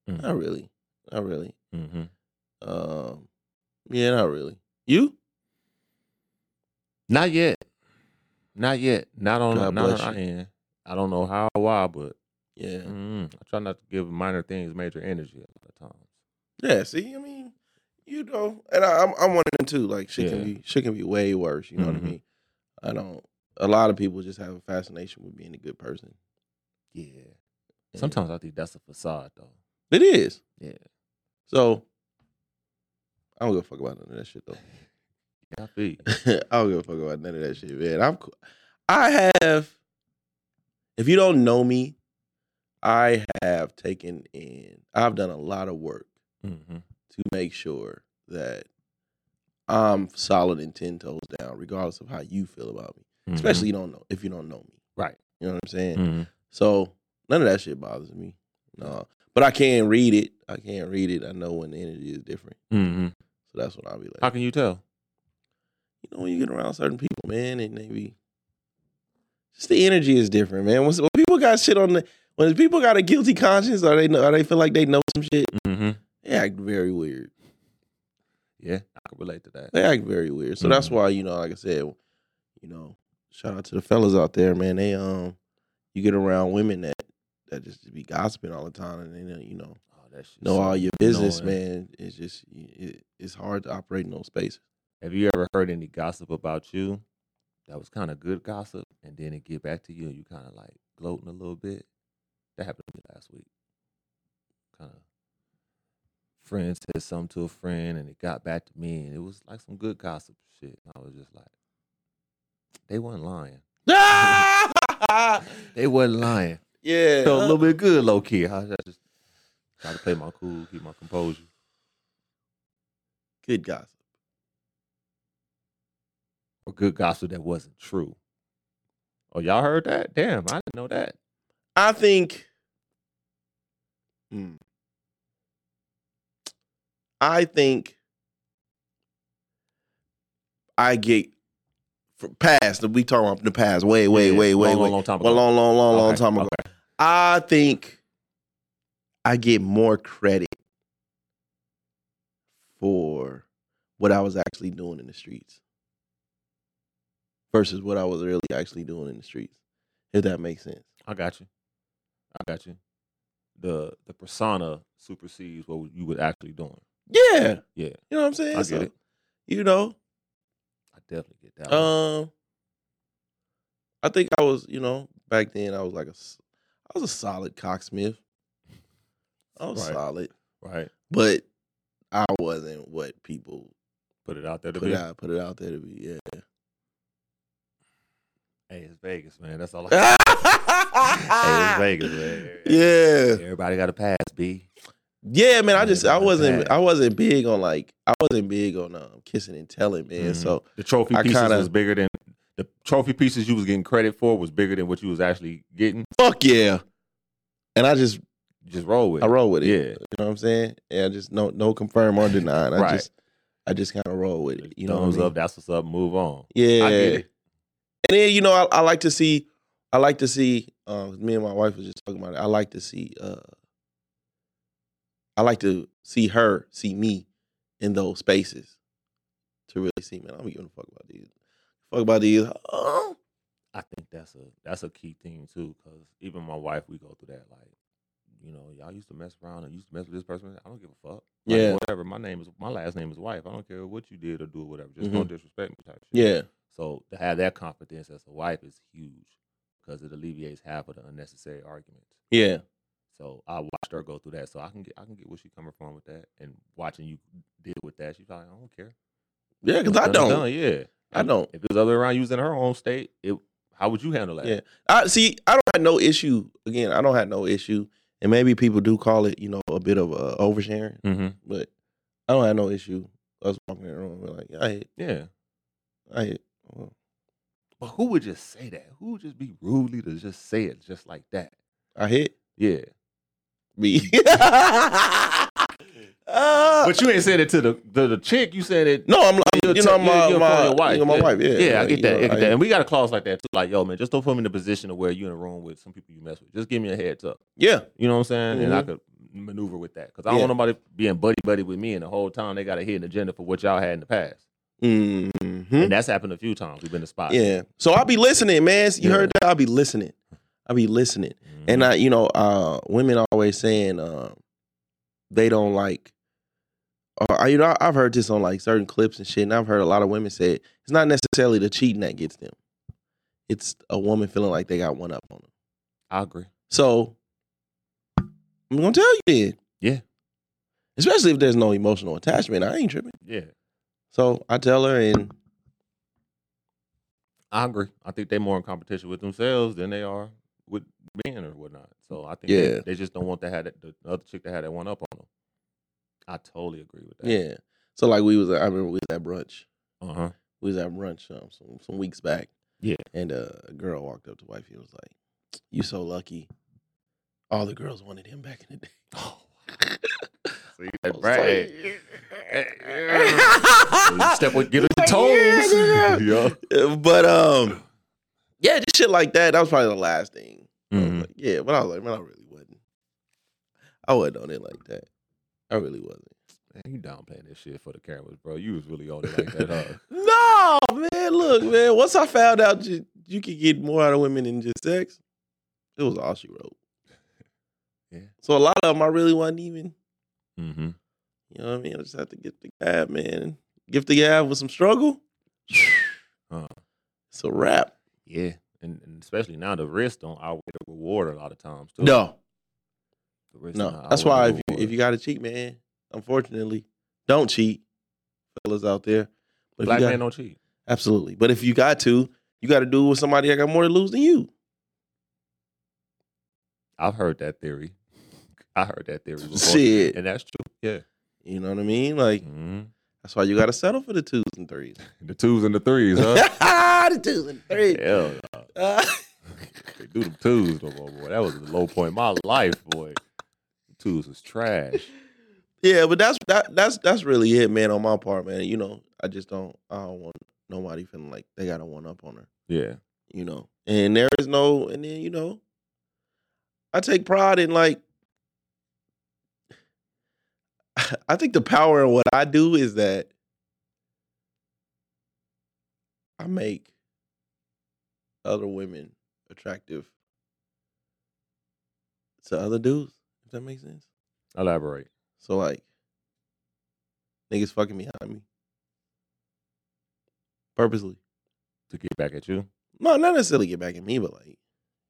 B: Mm.
A: not really, not really.
B: Mm-hmm.
A: Um, yeah, not really. You?
B: Not yet. Not yet. Not on.
A: God
B: not on
A: bless
B: our
A: you.
B: end. I don't know how or why, but
A: Yeah,
B: mm, I try not to give minor things major energy a lot of times.
A: Yeah, see, I mean, you know, and I, I'm I'm one of them too. Like shit
B: Yeah.
A: can be shit can be way worse. You know
B: Mhm.
A: what I mean? I don't. A lot of people just have a fascination with being a good person.
B: Yeah.
A: and
B: Sometimes I think that's a facade, though.
A: it is.
B: Yeah.
A: So I don't give a fuck about none of that shit though.
B: Yeah, I feel you.
A: I don't give a fuck about none of that shit, man. I'm. cool. I have. If you don't know me, I have taken in. I've done a lot of work
B: Mhm.
A: to make sure that I'm solid and ten toes down, regardless of how you feel about me.
B: Mhm.
A: Especially you don't know if you don't know me.
B: Right.
A: You know what I'm saying?
B: Mhm.
A: So none of that shit bothers me. No. But I can read it. I can read it. I know when the energy is different.
B: Mhm.
A: So that's what I'll be like.
B: How can you tell?
A: you know, when you get around certain people, man, and they be just the energy is different, man. When, when people got shit on the when people got a guilty conscience or they know or they feel like they know some shit,
B: Mm-hmm.
A: they act very weird.
B: Yeah, I can relate to that.
A: They act very weird. So that's
B: Mhm.
A: why, you know, like I said, you know, shout out to the fellas out there, man. They um you get around women that that just be gossiping all the time and they don't, you know,
B: Oh, that shit's
A: know
B: so
A: all your business,
B: annoying.
A: man. It's just it, it's hard to operate in those spaces.
B: Have you ever heard any gossip about you that was kind of good gossip, and then it get back to you, and you kind of like gloating a little bit? That happened to me last week. Kind of friend said something to a friend, and it got back to me, and it was like some good gossip shit. And I was just like, they wasn't lying. They wasn't lying.
A: yeah.
B: Felt a little bit good, low key. I I just try to play my cool, keep my composure.
A: good gossip.
B: Or good gossip that wasn't true. Oh, y'all heard that? Damn, I didn't know that.
A: I think. Hmm. I think. I get for past. We talking about the past. Way, way,
B: Yeah, yeah.
A: way, way,
B: Long,
A: way.
B: long, long time
A: Well,
B: ago.
A: long, long, long, long
B: Okay,
A: time ago.
B: okay.
A: I think. I get more credit for what I was actually doing in the streets versus what I was really actually doing in the streets. If that makes sense.
B: I got you. I got you. The the persona supersedes what you were actually doing.
A: Yeah.
B: Yeah,
A: You know what I'm saying?
B: I get
A: So,
B: it.
A: You know,
B: I definitely get that. one.
A: um, I think I was, you know, back then I was like a, s- I was a solid cocksmith. I was
B: Right.
A: solid,
B: Right.
A: but I wasn't what people
B: Put it out there to
A: put
B: be.
A: out put it out there to be. Yeah.
B: Hey, it's Vegas, man. That's all. I
A: hey,
B: Hey, it's Vegas, man.
A: Yeah.
B: Everybody got a pass, B.
A: Yeah, man. I just I
B: Everybody
A: wasn't
B: bad.
A: I wasn't big on like I wasn't big on um, kissing and telling, man.
B: Mhm.
A: So
B: the trophy
A: I
B: pieces
A: kinda-
B: was bigger than the trophy pieces you was getting credit for was bigger than what you was actually getting.
A: fuck yeah. And I just
B: Just roll with.
A: I
B: it.
A: roll with it.
B: Yeah.
A: You know what I'm saying? Yeah, just no no confirm or deny. I
B: Right.
A: just I just kind of roll with it. You know
B: Thumbs
A: what I mean?
B: up. That's what's up. Move on.
A: Yeah.
B: I get it.
A: And then you know I, I like to see I like to see uh, me and my wife was just talking about it. I like to see uh I like to see her see me in those spaces to really see man. I'm giving a fuck about these. Fuck about these. Oh.
B: I think that's a that's a key thing too, because even my wife, we go through that. Like, you know, y'all used to mess around and used to mess with this person. I don't give a fuck. Like,
A: Yeah.
B: whatever. My name is my last name is wife. I don't care what you did or do or whatever. Just don't disrespect me type shit.
A: Mm-hmm. Yeah.
B: So to have that confidence as a wife is huge because it alleviates half of the unnecessary arguments.
A: Yeah.
B: So I watched her go through that. So I can get I can get where she coming from with that. And watching you deal with that, she's like, I don't care.
A: Yeah, cuz
B: It's
A: I
B: done and
A: don't.
B: done, yeah.
A: I don't.
B: If it was other around you was in her own state, it how would you handle that?
A: Yeah. I see. I don't have no issue. Again, I don't have no issue, and maybe people do call it, you know, a bit of uh, oversharing.
B: Mm-hmm.
A: But I don't have no issue us walking in the room and be like, I hit,
B: Yeah.
A: I hit. Well,
B: But who would just say that? Who would just be rudely to just say it just like that?
A: I hit
B: Yeah.
A: me.
B: Mm.
A: Ah.
B: But you ain't saying it to the to the chick. You said it.
A: no, I'm like,
B: You're
A: you know, my,
B: t- you're- you're
A: my,
B: calling your wife,
A: you know, my
B: yeah.
A: wife. Yeah,
B: Yeah, I
A: like,
B: get
A: you
B: that.
A: know,
B: I get
A: I
B: that.
A: hit-
B: And we got a clause like that too. Like, yo, man, just don't put me in a position to where you in a room with some people you mess with. Just give me a heads up.
A: Yeah,
B: You know what I'm saying? And I could maneuver with that because I don't
A: Yeah.
B: want nobody being buddy buddy with me, and the whole time they got a hidden agenda for what y'all had in the past.
A: hmm
B: And that's happened a few times. We've been to spots.
A: yeah. So I'll be listening, man. You
B: Yeah.
A: heard that? I'll be listening. I'll be listening.
B: Mm-hmm.
A: And I, you know, uh, women always saying uh, they don't like. Or, I- you know, I- I've heard this on like certain clips and shit, and I've heard a lot of women say it's not necessarily the cheating that gets them; it's a woman feeling like they got one up on them.
B: I agree.
A: So I'm gonna tell you then,
B: Yeah.
A: Especially if there's no emotional attachment, I ain't tripping.
B: Yeah,
A: So I tell her, and
B: I agree. I think they're more in competition with themselves than they are with men or whatnot. So I think
A: Yeah.
B: they, they just don't want to have that, the other chick that had that one up on them. I totally agree with that.
A: yeah. So like we was, I remember we was at brunch.
B: Uh huh.
A: we was at brunch um, some some weeks back.
B: Yeah.
A: And uh, a girl walked up to wifey and was like, "You so lucky. All the girls wanted him back in the day."
B: Oh, See, that Brad. Step with get the
A: Like, yeah,
B: toes. Yeah.
A: but um, yeah, just shit like that. That was probably the last thing. I was
B: Mhm.
A: like, yeah, but I was like, man, I really wasn't. I wasn't on it like that. I really wasn't.
B: Man, you downplaying this shit for the cameras, bro. You was really on it like that, huh?
A: No, man. Look, man. Once I found out you, you could get more out of women than just sex, it was all she wrote.
B: Yeah.
A: So a lot of them I really wasn't even.
B: mm-hmm.
A: You know what I mean? I just have to get the gab, man. Give the gab with some struggle. Uh-huh.
B: Huh.
A: It's a wrap.
B: Yeah. And, and especially now the wrist don't outweigh the reward a lot of times. Too.
A: No,
B: The wrist
A: no.
B: don't
A: That's
B: outweigh
A: why if
B: the
A: you
B: reward.
A: if you got to cheat, man. Unfortunately, don't cheat, fellas out there. But if
B: black
A: you got,
B: man don't cheat.
A: absolutely. But if you got to, you got to do it with somebody that got more to lose than you.
B: I've heard that theory. I heard that theory before.
A: Shit,
B: And that's true. Yeah.
A: you know what I mean? Like
B: Mhm.
A: that's why you got to settle for the twos and threes.
B: The twos and the threes, huh?
A: the twos and threes.
B: Hell, no.
A: Uh,
B: they do them twos no more, boy. That was the low point of my life, boy. Twos was trash.
A: yeah, but that's that, that's that's really it, man. On my part, man. You know, I just don't. I don't want nobody feeling like they got to one up on her.
B: Yeah.
A: you know. And there is no, and then you know, I take pride in like, I think the power in what I do is that I make other women attractive to other dudes. If that makes sense.
B: Elaborate.
A: So like, niggas fucking behind me purposely.
B: To get back at you.
A: No, not necessarily get back at me, but like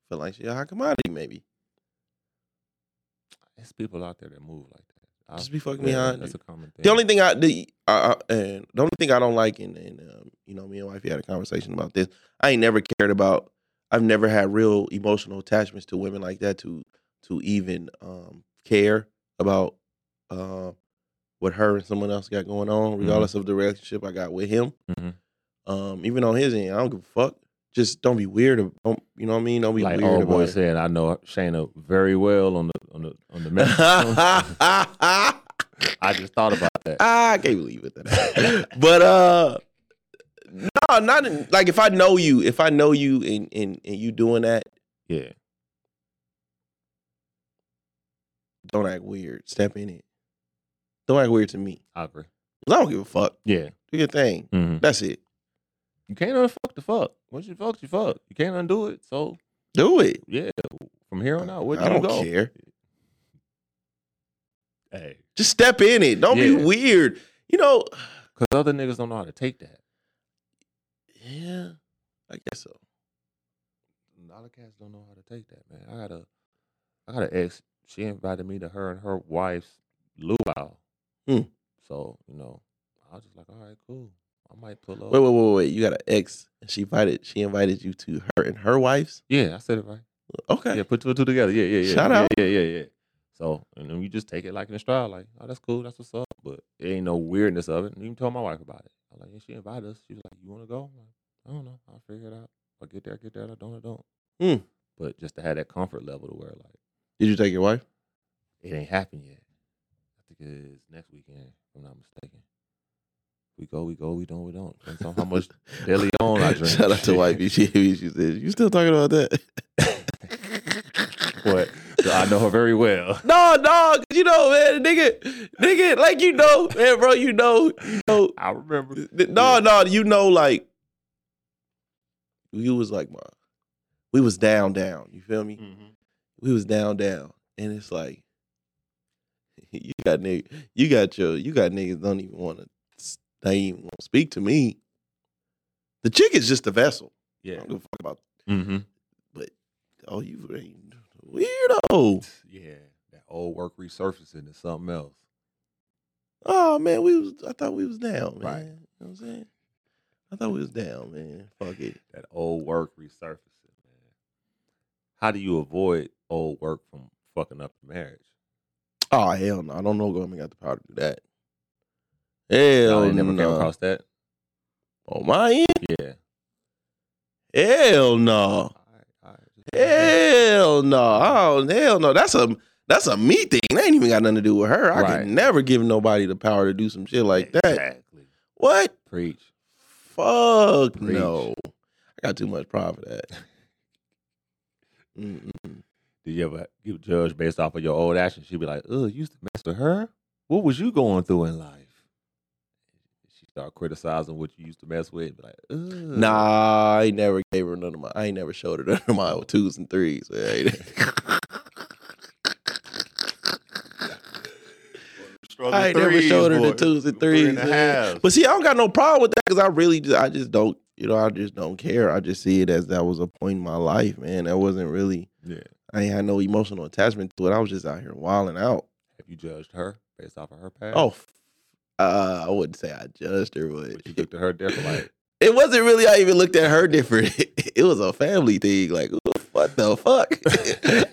A: feel like she a hot commodity, maybe.
B: There's people out there that move like that. I-
A: Just be fucking
B: yeah,
A: behind.
B: That's
A: you.
B: a common thing.
A: The only thing I the I, I- and the only thing I don't like, and, and um, you know, me and wifey had a conversation about this. I ain't never cared about. I've never had real emotional attachments to women like that to to even um, care about uh, what her and someone else got going
B: Mm-hmm.
A: on, regardless of the relationship I got with him.
B: Mhm.
A: Um, even on his end, I don't give a fuck. Just don't be weird. ab- Don't, you know what I mean? Don't be
B: like
A: weird
B: old
A: about
B: boy
A: it.
B: said, I know Shayna very well on the on the on the message.
A: I
B: I just thought about that.
A: can't believe it. That happened. but uh, no, not in, like if I know you, if I know you, and and, and you doing that,
B: Yeah.
A: don't act weird. Step in it. Don't act weird to me.
B: I agree.
A: 'Cause I don't give a fuck.
B: Yeah.
A: Do your thing.
B: Mhm.
A: That's it.
B: You can't unfuck the fuck. Once you fuck, you fuck. You can't undo it. So
A: Do it.
B: yeah, from here on out, where do
A: I
B: you
A: don't
B: go?
A: care.
B: Hey,
A: Just step in it. Don't be
B: Yeah.
A: weird. You know.
B: because other niggas don't know how to take that.
A: Yeah, I guess so.
B: A lot of cats don't know how to take that, man. I got a, I got an ex. She invited me to her and her wife's luau.
A: Hmm.
B: So you know, I was just like, all right, cool. I might pull up.
A: Wait, wait, wait, wait. You got an ex. and She invited. She invited you to her and her wife's.
B: Yeah, I said it right.
A: Okay.
B: Yeah, put two and two together. Yeah, yeah, yeah.
A: Shout
B: yeah,
A: out.
B: Yeah, yeah, yeah. So and then you just take it like in a stride, like, oh, that's cool, that's what's up. But it ain't no weirdness of it. And even told my wife about it. I'm like, yeah, she invited us. She was like, you want to go? I'm like, I don't know. I'll figure it out. I get there, get there. I don't, I don't.
A: Hmm.
B: But just to have that comfort level to where like
A: Did you take your wife?
B: it ain't happened yet. I think it's next weekend, if I'm not mistaken. We go, we go, we don't, we don't. Depends on how much De Leon I drink.
A: Shout out to wifey. She, she says, "You still talking about that?"
B: But I know her very well.
A: No, dog. You know, man, nigga, nigga, like you know, man, bro, you know, you know,
B: I remember.
A: no, no, you know, like you was like my, we was down, down. You feel me?
B: Mhm.
A: We was down, down, and it's like you got nigga, you got your, you got niggas don't even want to, they even want to speak to me. The chick is just a vessel. I
B: Yeah.
A: don't give a fuck about
B: Mm-hmm.
A: Oh, you ain't weirdo.
B: Yeah. That old work resurfacing is something else.
A: Oh man, we was I thought we was down, man.
B: Right.
A: You know what I'm saying? I thought we was down, man. Fuck it.
B: That old work resurfacing, man. How do you avoid old work from fucking up your marriage?
A: Oh hell no. I don't know Gorman got the power to do that. Hell
B: Y'all
A: no.
B: ain't never came across that.
A: On my end?
B: Yeah.
A: Hell no.
B: All right. All right.
A: Hell no. Oh hell no. That's a That's a me thing. That ain't even got nothing to do with her. I
B: Right.
A: could never give nobody the power to do some shit like that.
B: Exactly.
A: What?
B: Preach.
A: Fuck
B: Preach.
A: no. I got too much pride for that. Mm-mm.
B: Did you ever get judged based off of your old actions? She'd be like, "Ugh, you used to mess with her. What was you going through in life?" She start criticizing what you used to mess with. Be like, Ugh.
A: Nah, I ain't never gave her none of my. I ain't never showed her none of my twos and threes. man. I ain't- I ain't never showed her the twos and threes. man. But see, I don't got no problem with that because I really, just, I just don't, you know, I just don't care. I just see it as that was a point in my life, man. That wasn't really.
B: yeah.
A: I ain't had no emotional attachment to it. I was just out here wilding out.
B: Have you judged her based off of her past?
A: Oh, f- uh, I wouldn't say I judged her,
B: But you
A: but
B: looked at her different. Like,
A: it wasn't really. I even looked at her different. it was a family thing. Like, "Ooh, what the fuck?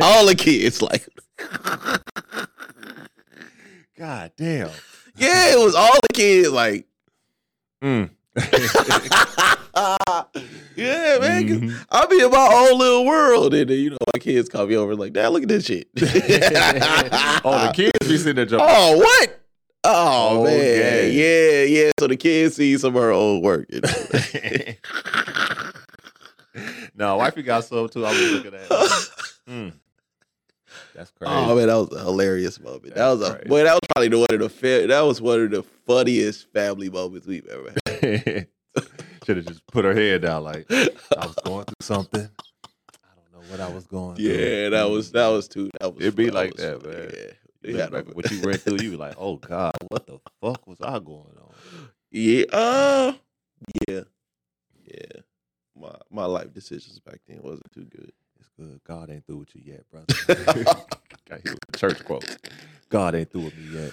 A: All the kids, like,
B: God damn.
A: yeah, it was all the kids. Like,
B: Mm.
A: yeah, man. 'cause
B: Mhm.
A: I be in my own little world, and then, you know, my kids call me over, like, Dad, look at this shit.
B: oh, the kids be sitting there jumping.
A: Oh, what? Oh,
B: Oh,
A: man,
B: dang.
A: yeah, yeah. So the kids see some of her old work. you know.
B: no, wifey got some too. I was looking at. it. Mm. That's crazy.
A: Oh man, that was a hilarious moment. That
B: That's
A: was a
B: crazy.
A: boy. That was probably the one of the fa- that was one of the funniest family moments we've ever had.
B: Should have just put her head down. Like I was going through something. I don't know what I was going through.
A: Yeah, that was that was too. That was
B: It be
A: that
B: like
A: was
B: that,
A: funny,
B: man.
A: Yeah, yeah,
B: You look back at what you went through, you were like, "Oh God, what the fuck was I going on?"
A: yeah, uh, yeah, yeah. My my life decisions back then wasn't too good.
B: It's good. God ain't through with you yet, brother. Got hit with the church quote. God ain't through with me yet.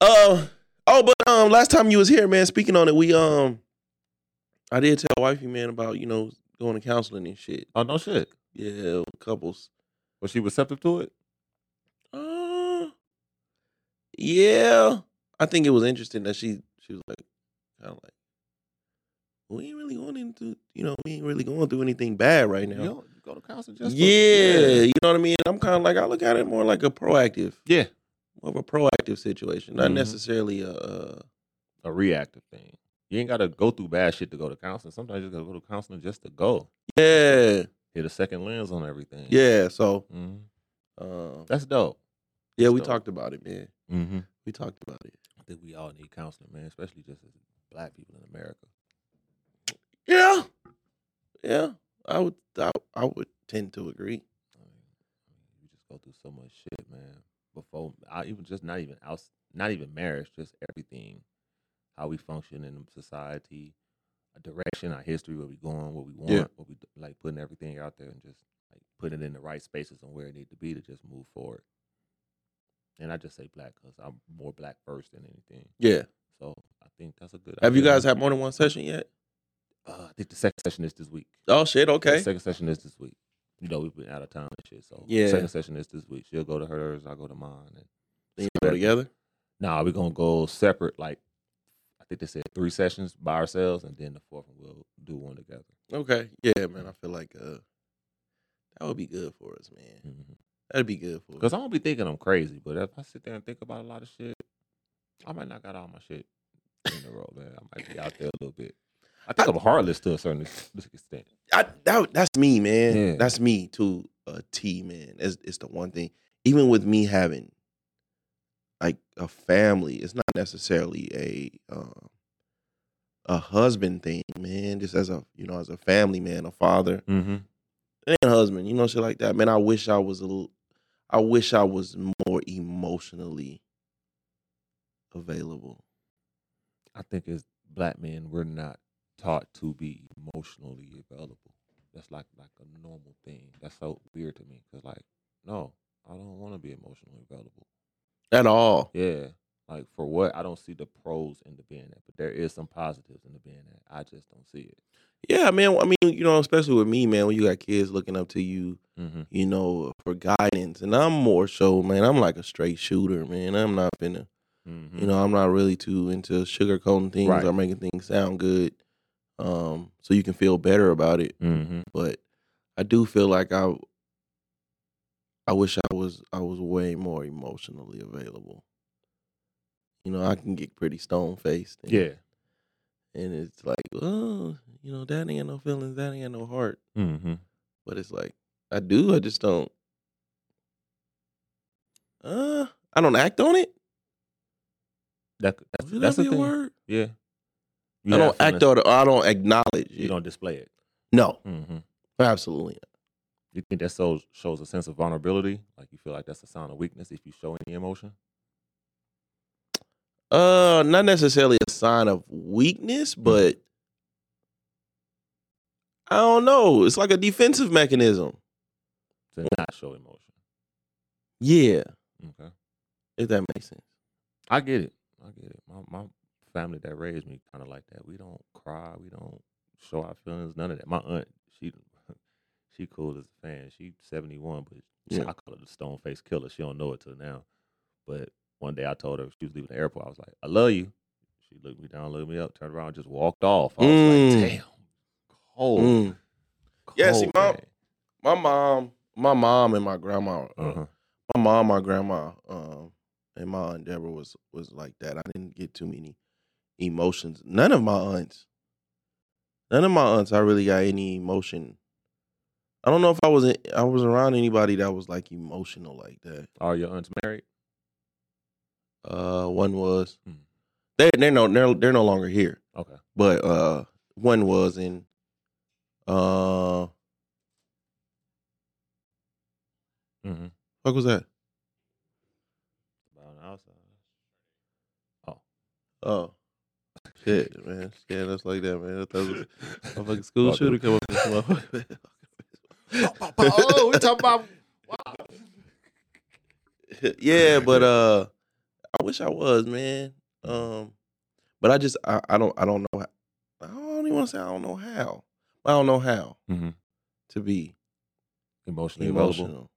A: Uh, oh, but um, last time you was here, man. Speaking on it, we um, I did tell wifey man about you know going to counseling and shit.
B: Oh no shit.
A: Yeah, couples.
B: Was she receptive to it?
A: Uh, yeah, I think it was interesting that she she was like, kind of like, we ain't really going into, you know, we ain't really going through anything bad right now.
B: don't go to counseling for-
A: yeah, you know what I mean. I'm kind of like I look at it more like a proactive,
B: yeah.
A: more of a proactive situation, not
B: Mhm.
A: necessarily a. Uh,
B: A reactive thing. You ain't gotta go through bad shit to go to counseling. Sometimes you just gotta go to counseling just to go.
A: yeah,
B: Hit a second lens on everything.
A: yeah. So,
B: Mhm.
A: um,
B: That's dope.
A: yeah, we
B: dope.
A: talked about it, man.
B: Mm-hmm.
A: We talked about it.
B: I think we all need counseling, man, especially just as black people in America.
A: Yeah, yeah. I would, I, I would tend to agree.
B: I mean, you just go through so much shit, man. Before I even just not even out, not even marriage, just everything, how we function in society, a direction, our history, where we going, what we want,
A: Yeah.
B: what we d- like, putting everything out there and just like putting it in the right spaces and where it need to be to just move forward. And I just say black because I'm more black first than anything.
A: Yeah.
B: So I think that's a good.
A: Have you
B: idea.
A: guys had more than one session yet?
B: Uh, I think the second session is this week.
A: Oh shit,
B: The
A: okay.
B: second session is this week. You know, we've been out of town and shit. So
A: Yeah.
B: second session is this week. She'll go to hers, I'll go to mine. And
A: Then you go together.
B: nah, we're gonna go separate, like I think they said three sessions by ourselves and then the fourth one we'll do one together.
A: Okay. Yeah, man. I feel like uh that would be good for us, man. That'd be good for
B: Because
A: us.
B: I don't be thinking I'm crazy, but if I sit there and think about a lot of shit, I might not got all my shit in a row, man. I might be out there a little bit. I think I, am heartless to a certain extent.
A: I, that, that's me, man.
B: Yeah.
A: That's me to a T, man. It's, it's the one thing. Even with me having like a family, it's not necessarily a uh, a husband thing, man. Just as a you know, as a family man, a father.
B: Mm-hmm.
A: and husband, you know, shit like that. Man, I wish I was a little, I wish I was more emotionally available.
B: I think as black men, we're not taught to be emotionally available. That's like like a normal thing. That's so weird to me because like, no, I don't want to be emotionally available.
A: At all.
B: Yeah, like for what? I don't see the pros into being that, but there is some positives into being that. I just don't see it.
A: Yeah, man. I mean, you know, especially with me, man, when you got kids looking up to you,
B: Mm-hmm.
A: you know, for guidance. And I'm more so, man, I'm like a straight shooter, man. I'm not finna,
B: Mm-hmm.
A: you know, I'm not really too into sugarcoating things
B: Right.
A: or making things sound good. Um, so you can feel better about it.
B: Mm-hmm.
A: but I do feel like I I wish I was I was way more emotionally available. You know, I can get pretty stone faced.
B: Yeah.
A: and it's like, oh, you know, that ain't got no feelings, that ain't got no heart.
B: Mm-hmm.
A: But it's like, I do, I just don't. Uh, I don't act on it.
B: That, that's
A: Would
B: that's
A: that
B: the
A: be a
B: thing.
A: word?
B: Yeah. You
A: I
B: have
A: don't act
B: feelings.
A: on it. Or I don't acknowledge
B: You
A: it.
B: don't display it.
A: No,
B: Mm-hmm.
A: absolutely not.
B: You think that shows shows a sense of vulnerability? Like you feel like that's a sign of weakness if you show any emotion?
A: Uh, not necessarily a sign of weakness, but I don't know. It's like a defensive mechanism.
B: To not show emotion.
A: Yeah,
B: Okay.
A: if that makes sense.
B: I get it. I get it. My my family that raised me kind of like that. We don't cry. We don't show our feelings. None of that. My aunt, she she cool as a fan. She seventy one, but she-
A: Yeah.
B: I call her the stone faced killer. She don't know it till now. But one day I told her she was leaving the airport. I was like, I love you. She looked me down, looked me up, turned around, just walked off. I was
A: Mm.
B: like, damn, cold.
A: Mm. Yeah, see,
B: cold,
A: my-
B: man.
A: My mom, my mom, and my grandma. uh,
B: Uh-huh.
A: my mom, my grandma, um, and my aunt Deborah was was like that. I didn't get too many emotions. None of my aunts, none of my aunts, I really got any emotion. I don't know if I was in, I was around anybody that was like emotional like that.
B: Are your aunts married?
A: Uh, one was
B: Hmm.
A: they they're no they're, they're no longer here,
B: Okay.
A: but uh, one was and uh,
B: Mm-hmm.
A: fuck was that?
B: About an outside. Oh.
A: Oh. Shit, man. Scared us like that, man. I thought it was a fucking school
B: Fuck
A: shooter
B: it.
A: come up and come up.
B: oh, we talking about
A: yeah, but uh, I wish I was, man. Um, but I just I, I don't I don't know. How, I don't even want to say I don't know how. I don't know how
B: Mhm.
A: to be
B: emotionally
A: emotional
B: available.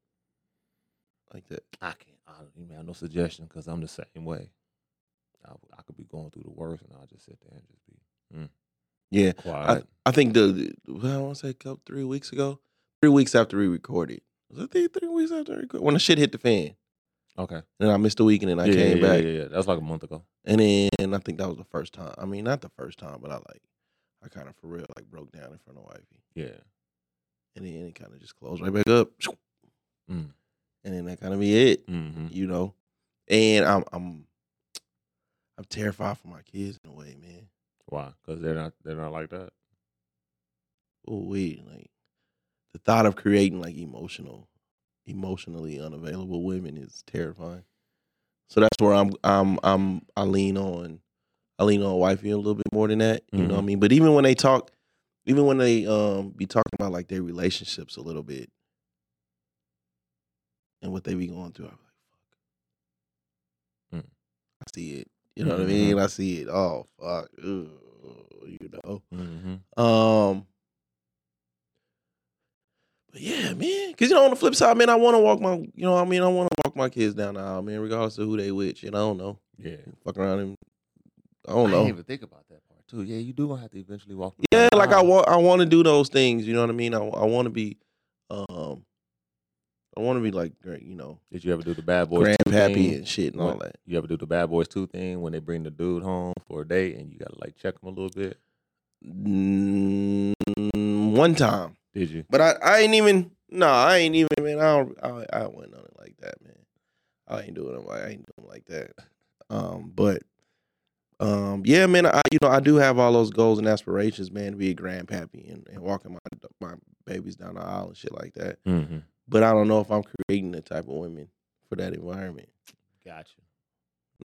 A: like that.
B: I can't. I don't even have no suggestion because I'm the same way. I, w- I could be going through the worst and I'll just sit there and just be
A: Yeah,
B: quiet.
A: I think the the- well, I want to say a couple three weeks ago, three weeks after we recorded. Was it three, three weeks after we recorded? when the shit hit the fan?
B: okay.
A: And I missed the weekend and I
B: yeah,
A: came
B: yeah,
A: back.
B: Yeah, yeah, yeah. That's like a month ago.
A: And then I think that was the first time. I mean, not the first time, but I like, I kind of for real like broke down in front of wifey,
B: Yeah.
A: and then it kind of just closed right back up,
B: Mm.
A: and then that kind of be it,
B: Mm-hmm.
A: you know. And I'm I'm I'm terrified for my kids in a way, man.
B: Why? Because they're not. They're not like that.
A: Oh wait, like the thought of creating like emotional, emotionally unavailable women is terrifying. So that's where I'm I'm I'm I lean on I lean on wifey a little bit more than that. You know what I mean? But even when they talk, even when they um be talking about like their relationships a little bit and what they be going through, I'm like, fuck.
B: Mm.
A: I see it. You know what
B: Mhm.
A: I mean? I see it. Oh fuck. Ugh, you know.
B: Mm-hmm.
A: Um, but yeah, man, because you know, on the flip side, man, I want to walk my, you know, what I mean, I want to walk my kids down the aisle, man, regardless of who they with. You know, I don't know,
B: Yeah.
A: fuck around and I don't
B: I
A: know.
B: didn't even think about that part too. Yeah, you do gonna have to eventually walk. them
A: yeah,
B: down the
A: like I
B: aisle.
A: want, I want to do those things. You know what I mean? I, I want to be, um, I want to be like, gra- you know,
B: Did you ever do the bad boys? two
A: grandpappy
B: thing?
A: and shit and
B: What-
A: all that.
B: You ever do the bad boys two thing when they bring the dude home for a date and you gotta like check him a little bit?
A: Mm, one time,
B: Did you?
A: but I, I ain't even, no, I ain't even, man. I don't, I, I wasn't on it like that, man. I ain't doing it. Like, I ain't doing it like that. Um, but um, yeah, man. I you know I do have all those goals and aspirations, man, to be a grandpappy and, and walking my my babies down the aisle and shit like that.
B: Mm-hmm.
A: But I don't know if I'm creating the type of women for that environment.
B: Gotcha.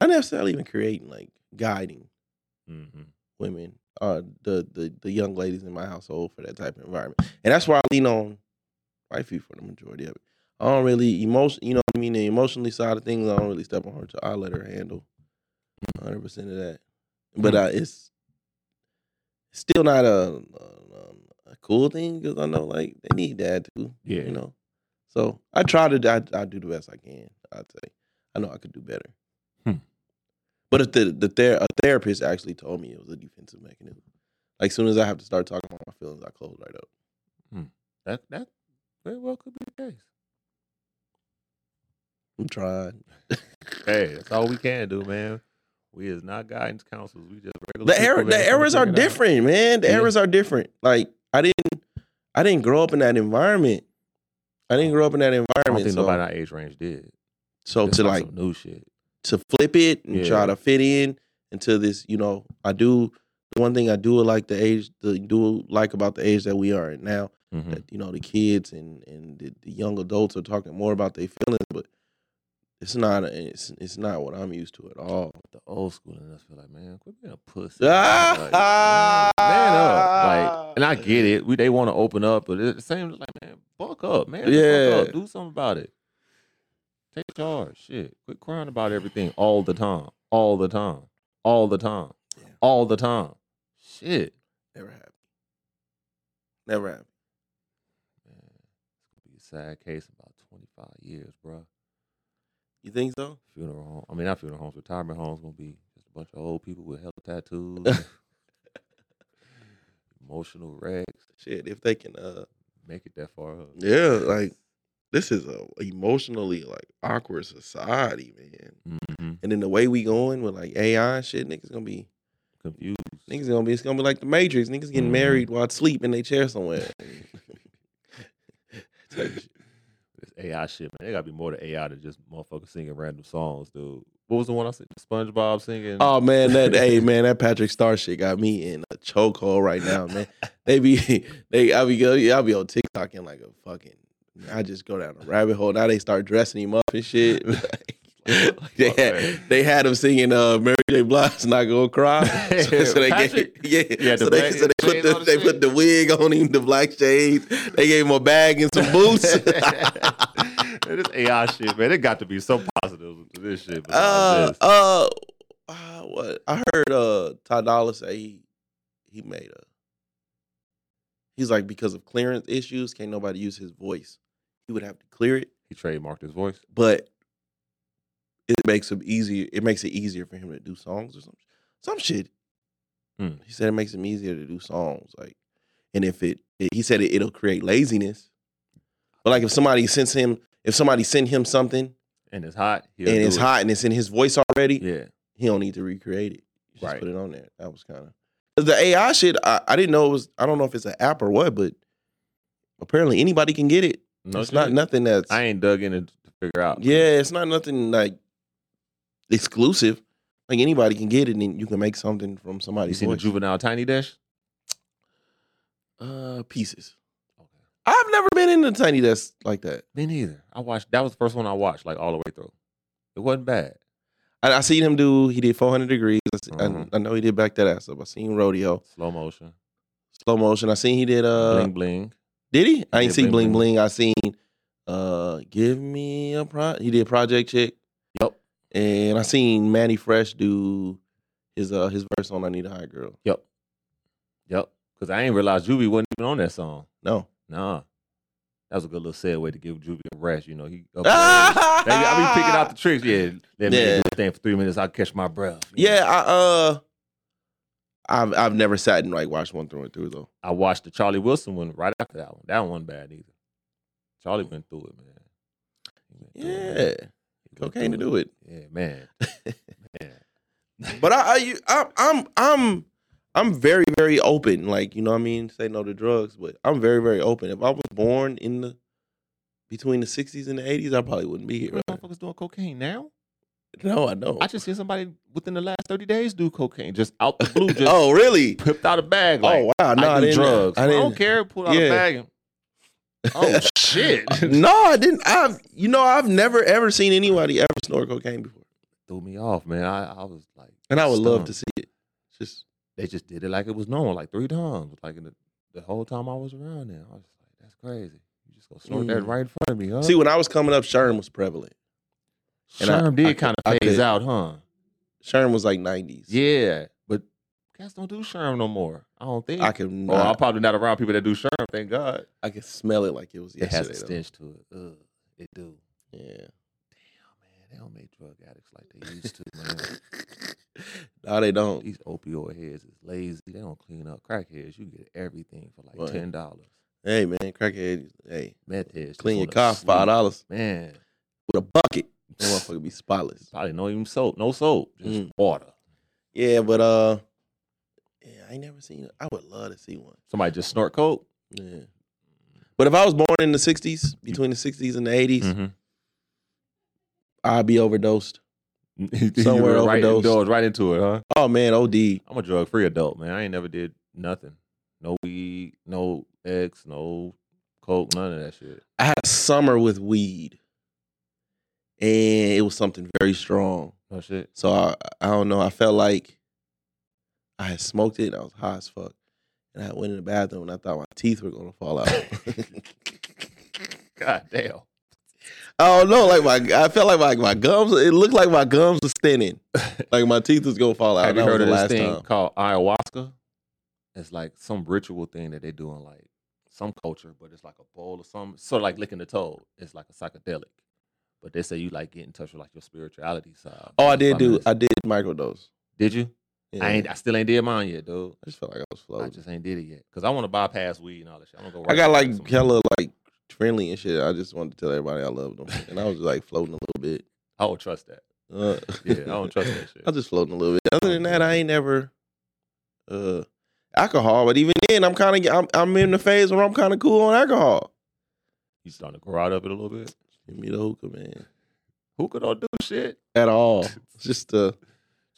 A: Not necessarily even creating, like guiding
B: Mm-hmm.
A: women, uh, the the the young ladies in my household for that type of environment. And that's why I lean on wifey for the majority of it. I don't really emotion, you know what I mean. The emotionally side of things, I don't really step on her. Till I let her handle 100 percent of that. But
B: Hmm.
A: uh, it's still not a, a, a cool thing because I know like they need that too.
B: Yeah.
A: You know, so I try to I, I do the best I can. I'd say I know I could do better.
B: Hmm.
A: But if the the ther- a therapist actually told me it was a defensive mechanism. Like soon as I have to start talking about my feelings, I close right up.
B: That that very well could be the case.
A: I'm trying.
B: Hey, that's all we can do, man. We is not guidance counselors. We just regular.
A: the error,
B: people, man,
A: the
B: trying to
A: errors are
B: figure it out.
A: different, man. The
B: Yeah.
A: errors are different. Like I didn't, I didn't grow up in that environment. I didn't grow up in that
B: I don't
A: environment.
B: think
A: So,
B: nobody in our age range did.
A: so
B: That's
A: to
B: not
A: like
B: some new shit.
A: to flip it and
B: Yeah.
A: try to fit in into this, you know, I do. The one thing I do like the age, the do like about the age that we are in now,
B: Mhm.
A: that you know the kids and and the, the young adults are talking more about their feelings, but it's not it's it's not what I'm used to at all.
B: The old school in us feel like, man, quit being a pussy.
A: Ah!
B: Like, man, man up. Like, and I get it. We they want to open up, but at the same like, man, buck up, man. just
A: Yeah.
B: buck up. do something about it. Take charge. Shit. Quit crying about everything all the time. All the time. All the time.
A: Yeah.
B: All the time. Shit.
A: Never happy. Never happy.
B: Man, it's gonna be a sad case in about twenty five years, bro.
A: You think so?
B: Funeral home. I mean, not funeral homes. Retirement homes gonna be just a bunch of old people with hella tattoos, and emotional wrecks.
A: Shit, if they can, uh,
B: Make it that far up.
A: yeah, like this is a emotionally like awkward society, man.
B: hmm
A: And then the way we going with like AI and shit, niggas gonna be
B: Confused.
A: niggas gonna be it's gonna be like the Matrix. Niggas getting
B: Mhm.
A: married while asleep in their chair somewhere. Type shit.
B: This AI shit, man. They gotta be more to AI than just motherfuckers singing random songs, dude. What was the one I said? SpongeBob singing.
A: Oh man, that hey man, that Patrick Star shit got me in a chokehold right now, man. They be they I be go I be on TikTok and like a fucking I just go down a rabbit hole. Now they start dressing him up and shit. Like, they had they had him singing uh Mary J. Blige not gonna cry. So, so they gave,
B: Patrick.
A: yeah,
B: Yeah,
A: so
B: the
A: they,
B: black-
A: so they put
B: shades
A: the,
B: on the
A: they put
B: shit.
A: the wig on him, the black shades. They gave him a bag and some boots.
B: Man, this AI shit, man. There got to be some positives to this shit. But
A: uh,
B: this.
A: uh, uh, what I heard uh Ty Dolla say he, he made a. He's like because of clearance issues, can't nobody use his voice. He would have to clear it,
B: he trademarked his voice.
A: but it makes him easier. It makes it easier for him to do songs or some some shit.
B: Hmm.
A: He said it makes him easier to do songs, like, and if it, it he said it, it'll create laziness. But like if somebody sends him, if somebody sent him something
B: And it's hot. he'll
A: and
B: do
A: it's
B: it.
A: hot and it's in his voice already,
B: Yeah.
A: he don't need to recreate it. Just
B: Right.
A: put it on there. That was kind of the AI shit. I, I didn't know it was. I don't know if it's an app or what, but apparently anybody can get it.
B: No
A: it's not
B: shit.
A: nothing that's.
B: I ain't dug in it to figure out.
A: yeah, it's not nothing like exclusive. Like anybody can get it, and you can make something from
B: You
A: somebody's
B: seen the
A: voice.
B: juvenile tiny dash?
A: uh, pieces.
B: Okay.
A: I've never been in a tiny desk like that.
B: Me neither. I watched. That was the first one I watched, like all the way through. It wasn't bad.
A: I, I seen him do. He did 400 degrees. I, se- I-
B: Mhm.
A: I know he did back that ass up. I seen rodeo,
B: Slow motion.
A: slow motion. I seen he did uh
B: bling bling.
A: Did he? I ain't
B: did
A: seen Bling
B: Bling Bling.
A: Bling. I seen uh Give Me a Pro he did Project Check.
B: Yup.
A: And I seen Manny Fresh do his uh his verse on I Need a Hot Girl.
B: Yep. Yep. Because I ain't realized Juvie wasn't even on that song.
A: No.
B: Nah. That was a good little segue to give Juvie a rest. You know, he. upgraded.
A: Ah!
B: Maybe I be picking out the tricks. Yeah. Let me
A: Yeah.
B: do a thing for three minutes. I'll catch my breath. you know.
A: Yeah, I uh I've I've never sat and like watched one through and through though.
B: I watched the Charlie Wilson one right after that one. That one wasn't bad either. Charlie went through it, man. He went through it, man.
A: Yeah.
B: He went
A: Cocaine to do it.
B: Yeah, man. man.
A: But I, I you- I I'm I'm I'm very, very open. Like, you know what I mean? Say no to drugs, but I'm very, very open. If I was born in the between the sixties and the eighties, I probably wouldn't be here.
B: Real
A: right?
B: motherfuckers doing cocaine now?
A: No, I don't.
B: I just seen somebody within the last 30 days do cocaine. Just out the blue, just
A: oh, really?
B: pipped out a bag.
A: oh,
B: Like,
A: wow. No, I,
B: I do
A: didn't,
B: drugs.
A: I
B: I,
A: didn't.
B: don't care. Pull out
A: Yeah.
B: a bag. And, oh, shit.
A: No, I didn't. I've, you know, I've never ever seen anybody ever snort cocaine before,
B: Threw me off, man. I, I was like,
A: and I would love to
B: stunned.
A: see it. Just
B: They just did it like it was normal, like three times. Like in the, the whole time I was around there. I was just like, that's crazy. You just gonna snort that
A: Mm.
B: right in front of me, huh?
A: see when I was coming up, Sherm was prevalent. and I-
B: Sherm
A: I
B: did
A: could-
B: kind
A: I
B: of phase
A: could-
B: out, huh?
A: Sherm was like nineties.
B: Yeah, but cats don't do Sherm no more. Oh, I don't think.
A: I can.
B: Or I'm
A: I,
B: probably not around people that do Sherm. Thank God.
A: I can smell it like it was
B: It has
A: yesterday.
B: a
A: though.
B: stench to it. Ugh, it do.
A: Yeah.
B: Damn, Oh, man, they don't make drug addicts like they used to, man.
A: no, they don't.
B: These opioid heads is lazy. They don't clean up. Crackheads, you get everything for like
A: Right.
B: ten dollars.
A: Hey man, crackhead. Hey,
B: Meth heads, just
A: clean your
B: wanna
A: car
B: sleep.
A: five dollars
B: Man,
A: with a bucket. That motherfucker be spotless.
B: Probably no even soap, no soap, just
A: Mm.
B: water.
A: Yeah, but uh, yeah, I ain't never seen. I would love to see one.
B: Somebody just snort coke.
A: Yeah. But if I was born in the '60s, between the '60s and the '80s,
B: Mm. Mm-hmm.
A: I'd be overdosed. Somewhere
B: You were right,
A: overdosed.
B: indulged right into it, huh?
A: Oh man, OD.
B: I'm a drug free adult, man. I ain't never did nothing. No weed, no X, no coke, none of that shit.
A: I had a summer with weed, and it was something very strong.
B: No shit.
A: So I, I don't know. I felt like I had smoked it. And I was high as fuck, and I went in the bathroom and I thought my teeth were gonna fall out.
B: God damn.
A: I don't know. Like my, I felt like my, my gums. It looked like my gums was thinning. Like my teeth was gonna fall out.
B: Have you
A: Oh, That was
B: heard of
A: the
B: this
A: last
B: thing
A: time.
B: called ayahuasca? It's like some ritual thing that they do in like some culture, but it's like a bowl or something. Sort of like licking the toe. It's like a psychedelic. But they say you like get in touch with like your spirituality side.
A: Oh, I did
B: Five
A: do.
B: minutes.
A: I did microdose.
B: Did you?
A: Yeah.
B: I ain't I still ain't did mine yet, dude.
A: I just felt like I was
B: I
A: floating.
B: just ain't did it yet. Cause I want to bypass weed and all that shit. I'm gonna go
A: I
B: right
A: got
B: to
A: like
B: some-
A: hella like friendly and shit. I just wanted to tell everybody I loved them, and I was like floating a little bit.
B: I would trust that.
A: Uh,
B: Yeah, I don't trust that shit.
A: I was just floating a little bit. Other than that, I ain't never uh alcohol. But even then, I'm kind of I'm, I'm in the phase where I'm kind of cool on alcohol.
B: You starting to grow out of it a little bit.
A: Give me the hookah, man.
B: Who could all do shit?
A: At all, It's just uh,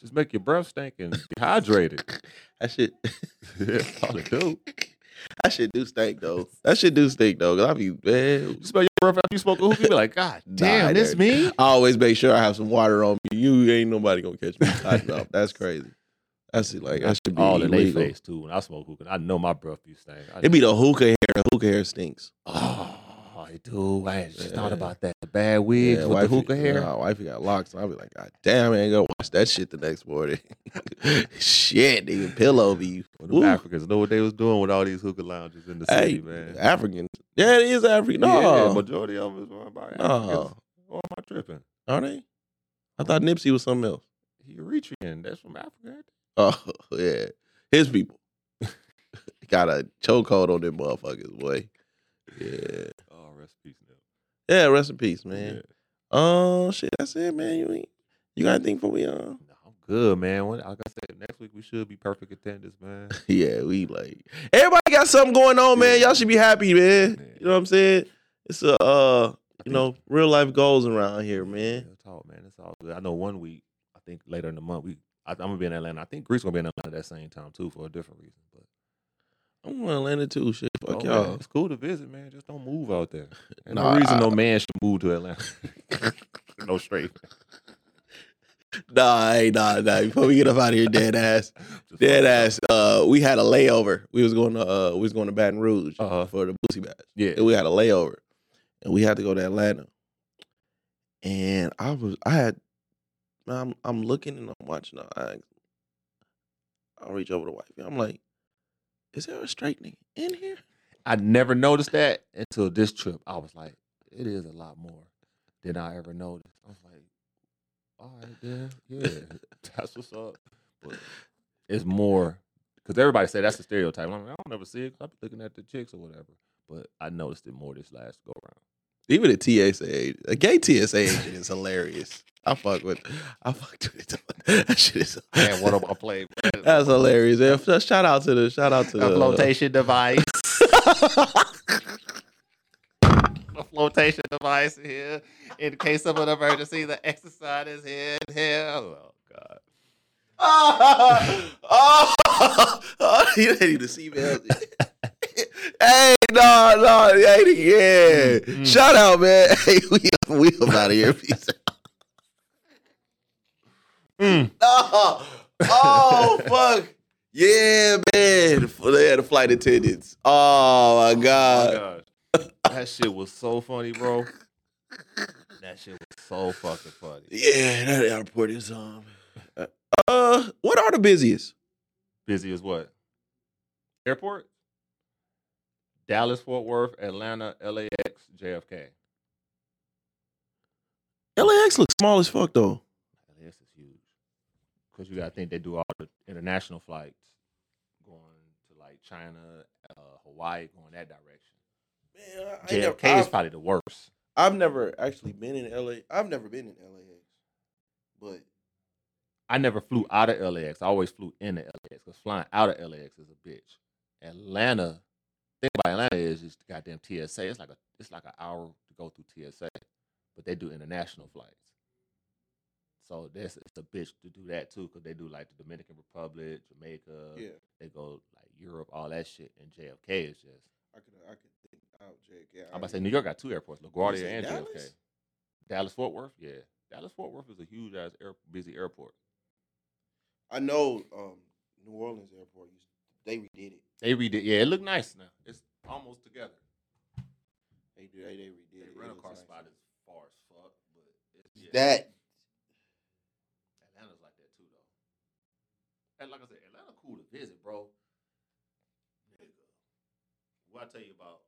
B: Just make your breath stink and dehydrated.
A: that shit.
B: That's all it do.
A: I should do steak though. That should do steak though. Cause I be man,
B: You smell your breath after you smoke a hookah, you be like, God damn,
A: Nah,
B: this
A: that-
B: me?
A: I always make sure I have some water on me. You ain't nobody gonna catch me hot off. That's crazy. That's it, like that should be
B: all in their
A: illegal.
B: face too. When I smoke hookah, I know my breath be stank. I
A: It be the hookah hair. The hookah hair stinks.
B: oh, I do. I had just thought
A: Yeah.
B: about that. The bad wigs with the
A: wifey-
B: hookah hair.
A: Nah, wifey got locks. and I be like, God damn, I ain't gonna watch that shit the next morning. shit, nigga, pillow be.
B: Well, them
A: Ooh.
B: Africans know what they was doing with all these hookah lounges in the city,
A: Hey,
B: man.
A: African. Yeah, it is African.
B: yeah,
A: No,
B: majority of them is run by Africans.
A: no,
B: Or am I tripping?
A: are they? I thought Nipsey was something else.
B: Euretrian, that's from Africa. ain't it?
A: Oh yeah, his people got a chokehold on them motherfuckers, boy. Yeah,
B: Oh, rest in peace, now.
A: yeah. Rest in peace, man. Oh shit, that's it, man. You ain't, you got anything for me? Uh,
B: No, I'm good, man. When, like I said, next week we should be perfect contenders, man.
A: yeah, we like everybody got something going on, man. Y'all should be happy, man. You know what I'm saying? It's a uh, you know, real life goals around here, man.
B: Real talk, man. It's all good. I know one week, I think later in the month, we I, I'm gonna be in Atlanta. I think Greece gonna be in Atlanta that same time too for a different reason. But
A: I'm going to Atlanta too. Shit, fuck
B: Oh, man,
A: y'all.
B: it's cool to visit, man. Just don't move out there. Ain't
A: Nah,
B: no reason
A: I-
B: no man should move to Atlanta. no straight.
A: Nah, hey, nah, nah. Before we get up out of here, dead ass.
B: Just
A: Dead
B: fuck
A: ass.
B: up.
A: Uh, we had a layover. We was going to uh, we was going to Baton Rouge
B: Uh-huh.
A: for the Boosie Bash.
B: Yeah.
A: And we had a layover, and we had to go to Atlanta. And I was, I had, I'm, I'm looking and I'm watching. I, I reach over to wife. I'm like, is there a straight nigga in here?
B: I never noticed that until this trip. I was like, it is a lot more than I ever noticed. I was like, all right, then, yeah, that's what's up. But it's more because everybody said that's a stereotype. I'm like, I don't ever see it. 'cause I be looking at the chicks or whatever. But I noticed it more this last go around.
A: Even a TSA, agent- a gay TSA agent is hilarious. I fuck with, I fucked with it. That shit is.
B: And what I played?
A: That's hilarious. And f- shout out to the shout out to the
B: device. a flotation device here in case of an emergency. The exercise is here and here. Oh God.
A: Oh, oh, you need to see me. hey, no, no, hey, yeah.
B: Mm, mm.
A: Shout out, man. Hey, we we up out of here. Peace.
B: Mm.
A: No. Oh, fuck. Yeah, man. They had the flight attendants. Oh my god.
B: Oh, my gosh. That shit was so funny, bro. That shit was so fucking funny.
A: Yeah, that airport is um. Uh, what are the busiest?
B: Busy as what? Airport? Dallas, Fort Worth, Atlanta, LAX, JFK.
A: LAX looks small as fuck though.
B: LAX is huge. Because you got to think they do all the international flights going to like China, uh, Hawaii, going that direction.
A: Man, I- I ain't never-
B: JFK is
A: I've-
B: probably the worst.
A: I've never actually been in LA. I've never been in LAX, but
B: I never flew out of LAX. I always flew into LAX because flying out of LAX is a bitch. Atlanta, thing about Atlanta is just goddamn TSA. It's like a it's like an hour to go through TSA, but they do international flights. So that's it's a bitch to do that too because they do like the Dominican Republic, Jamaica.
A: yeah,
B: They go like Europe, all that shit, and JFK is just.
A: I could I could think out Jake. Yeah,
B: I'm about to say New York got two airports, LaGuardia
A: say
B: and JFK.
A: Dallas?
B: Dallas Fort Worth, yeah. Dallas Fort Worth is a huge ass air, busy airport.
A: I know um, New Orleans airport used they redid it.
B: They redid. Yeah, it looked nice now. It's almost together.
A: They did they, they redid it. It looks nice.
B: is far as fuck, but it's,
A: That
B: Atlanta's like that too, though. And like I said, Atlanta cool to visit, bro. Nigga, what I tell you about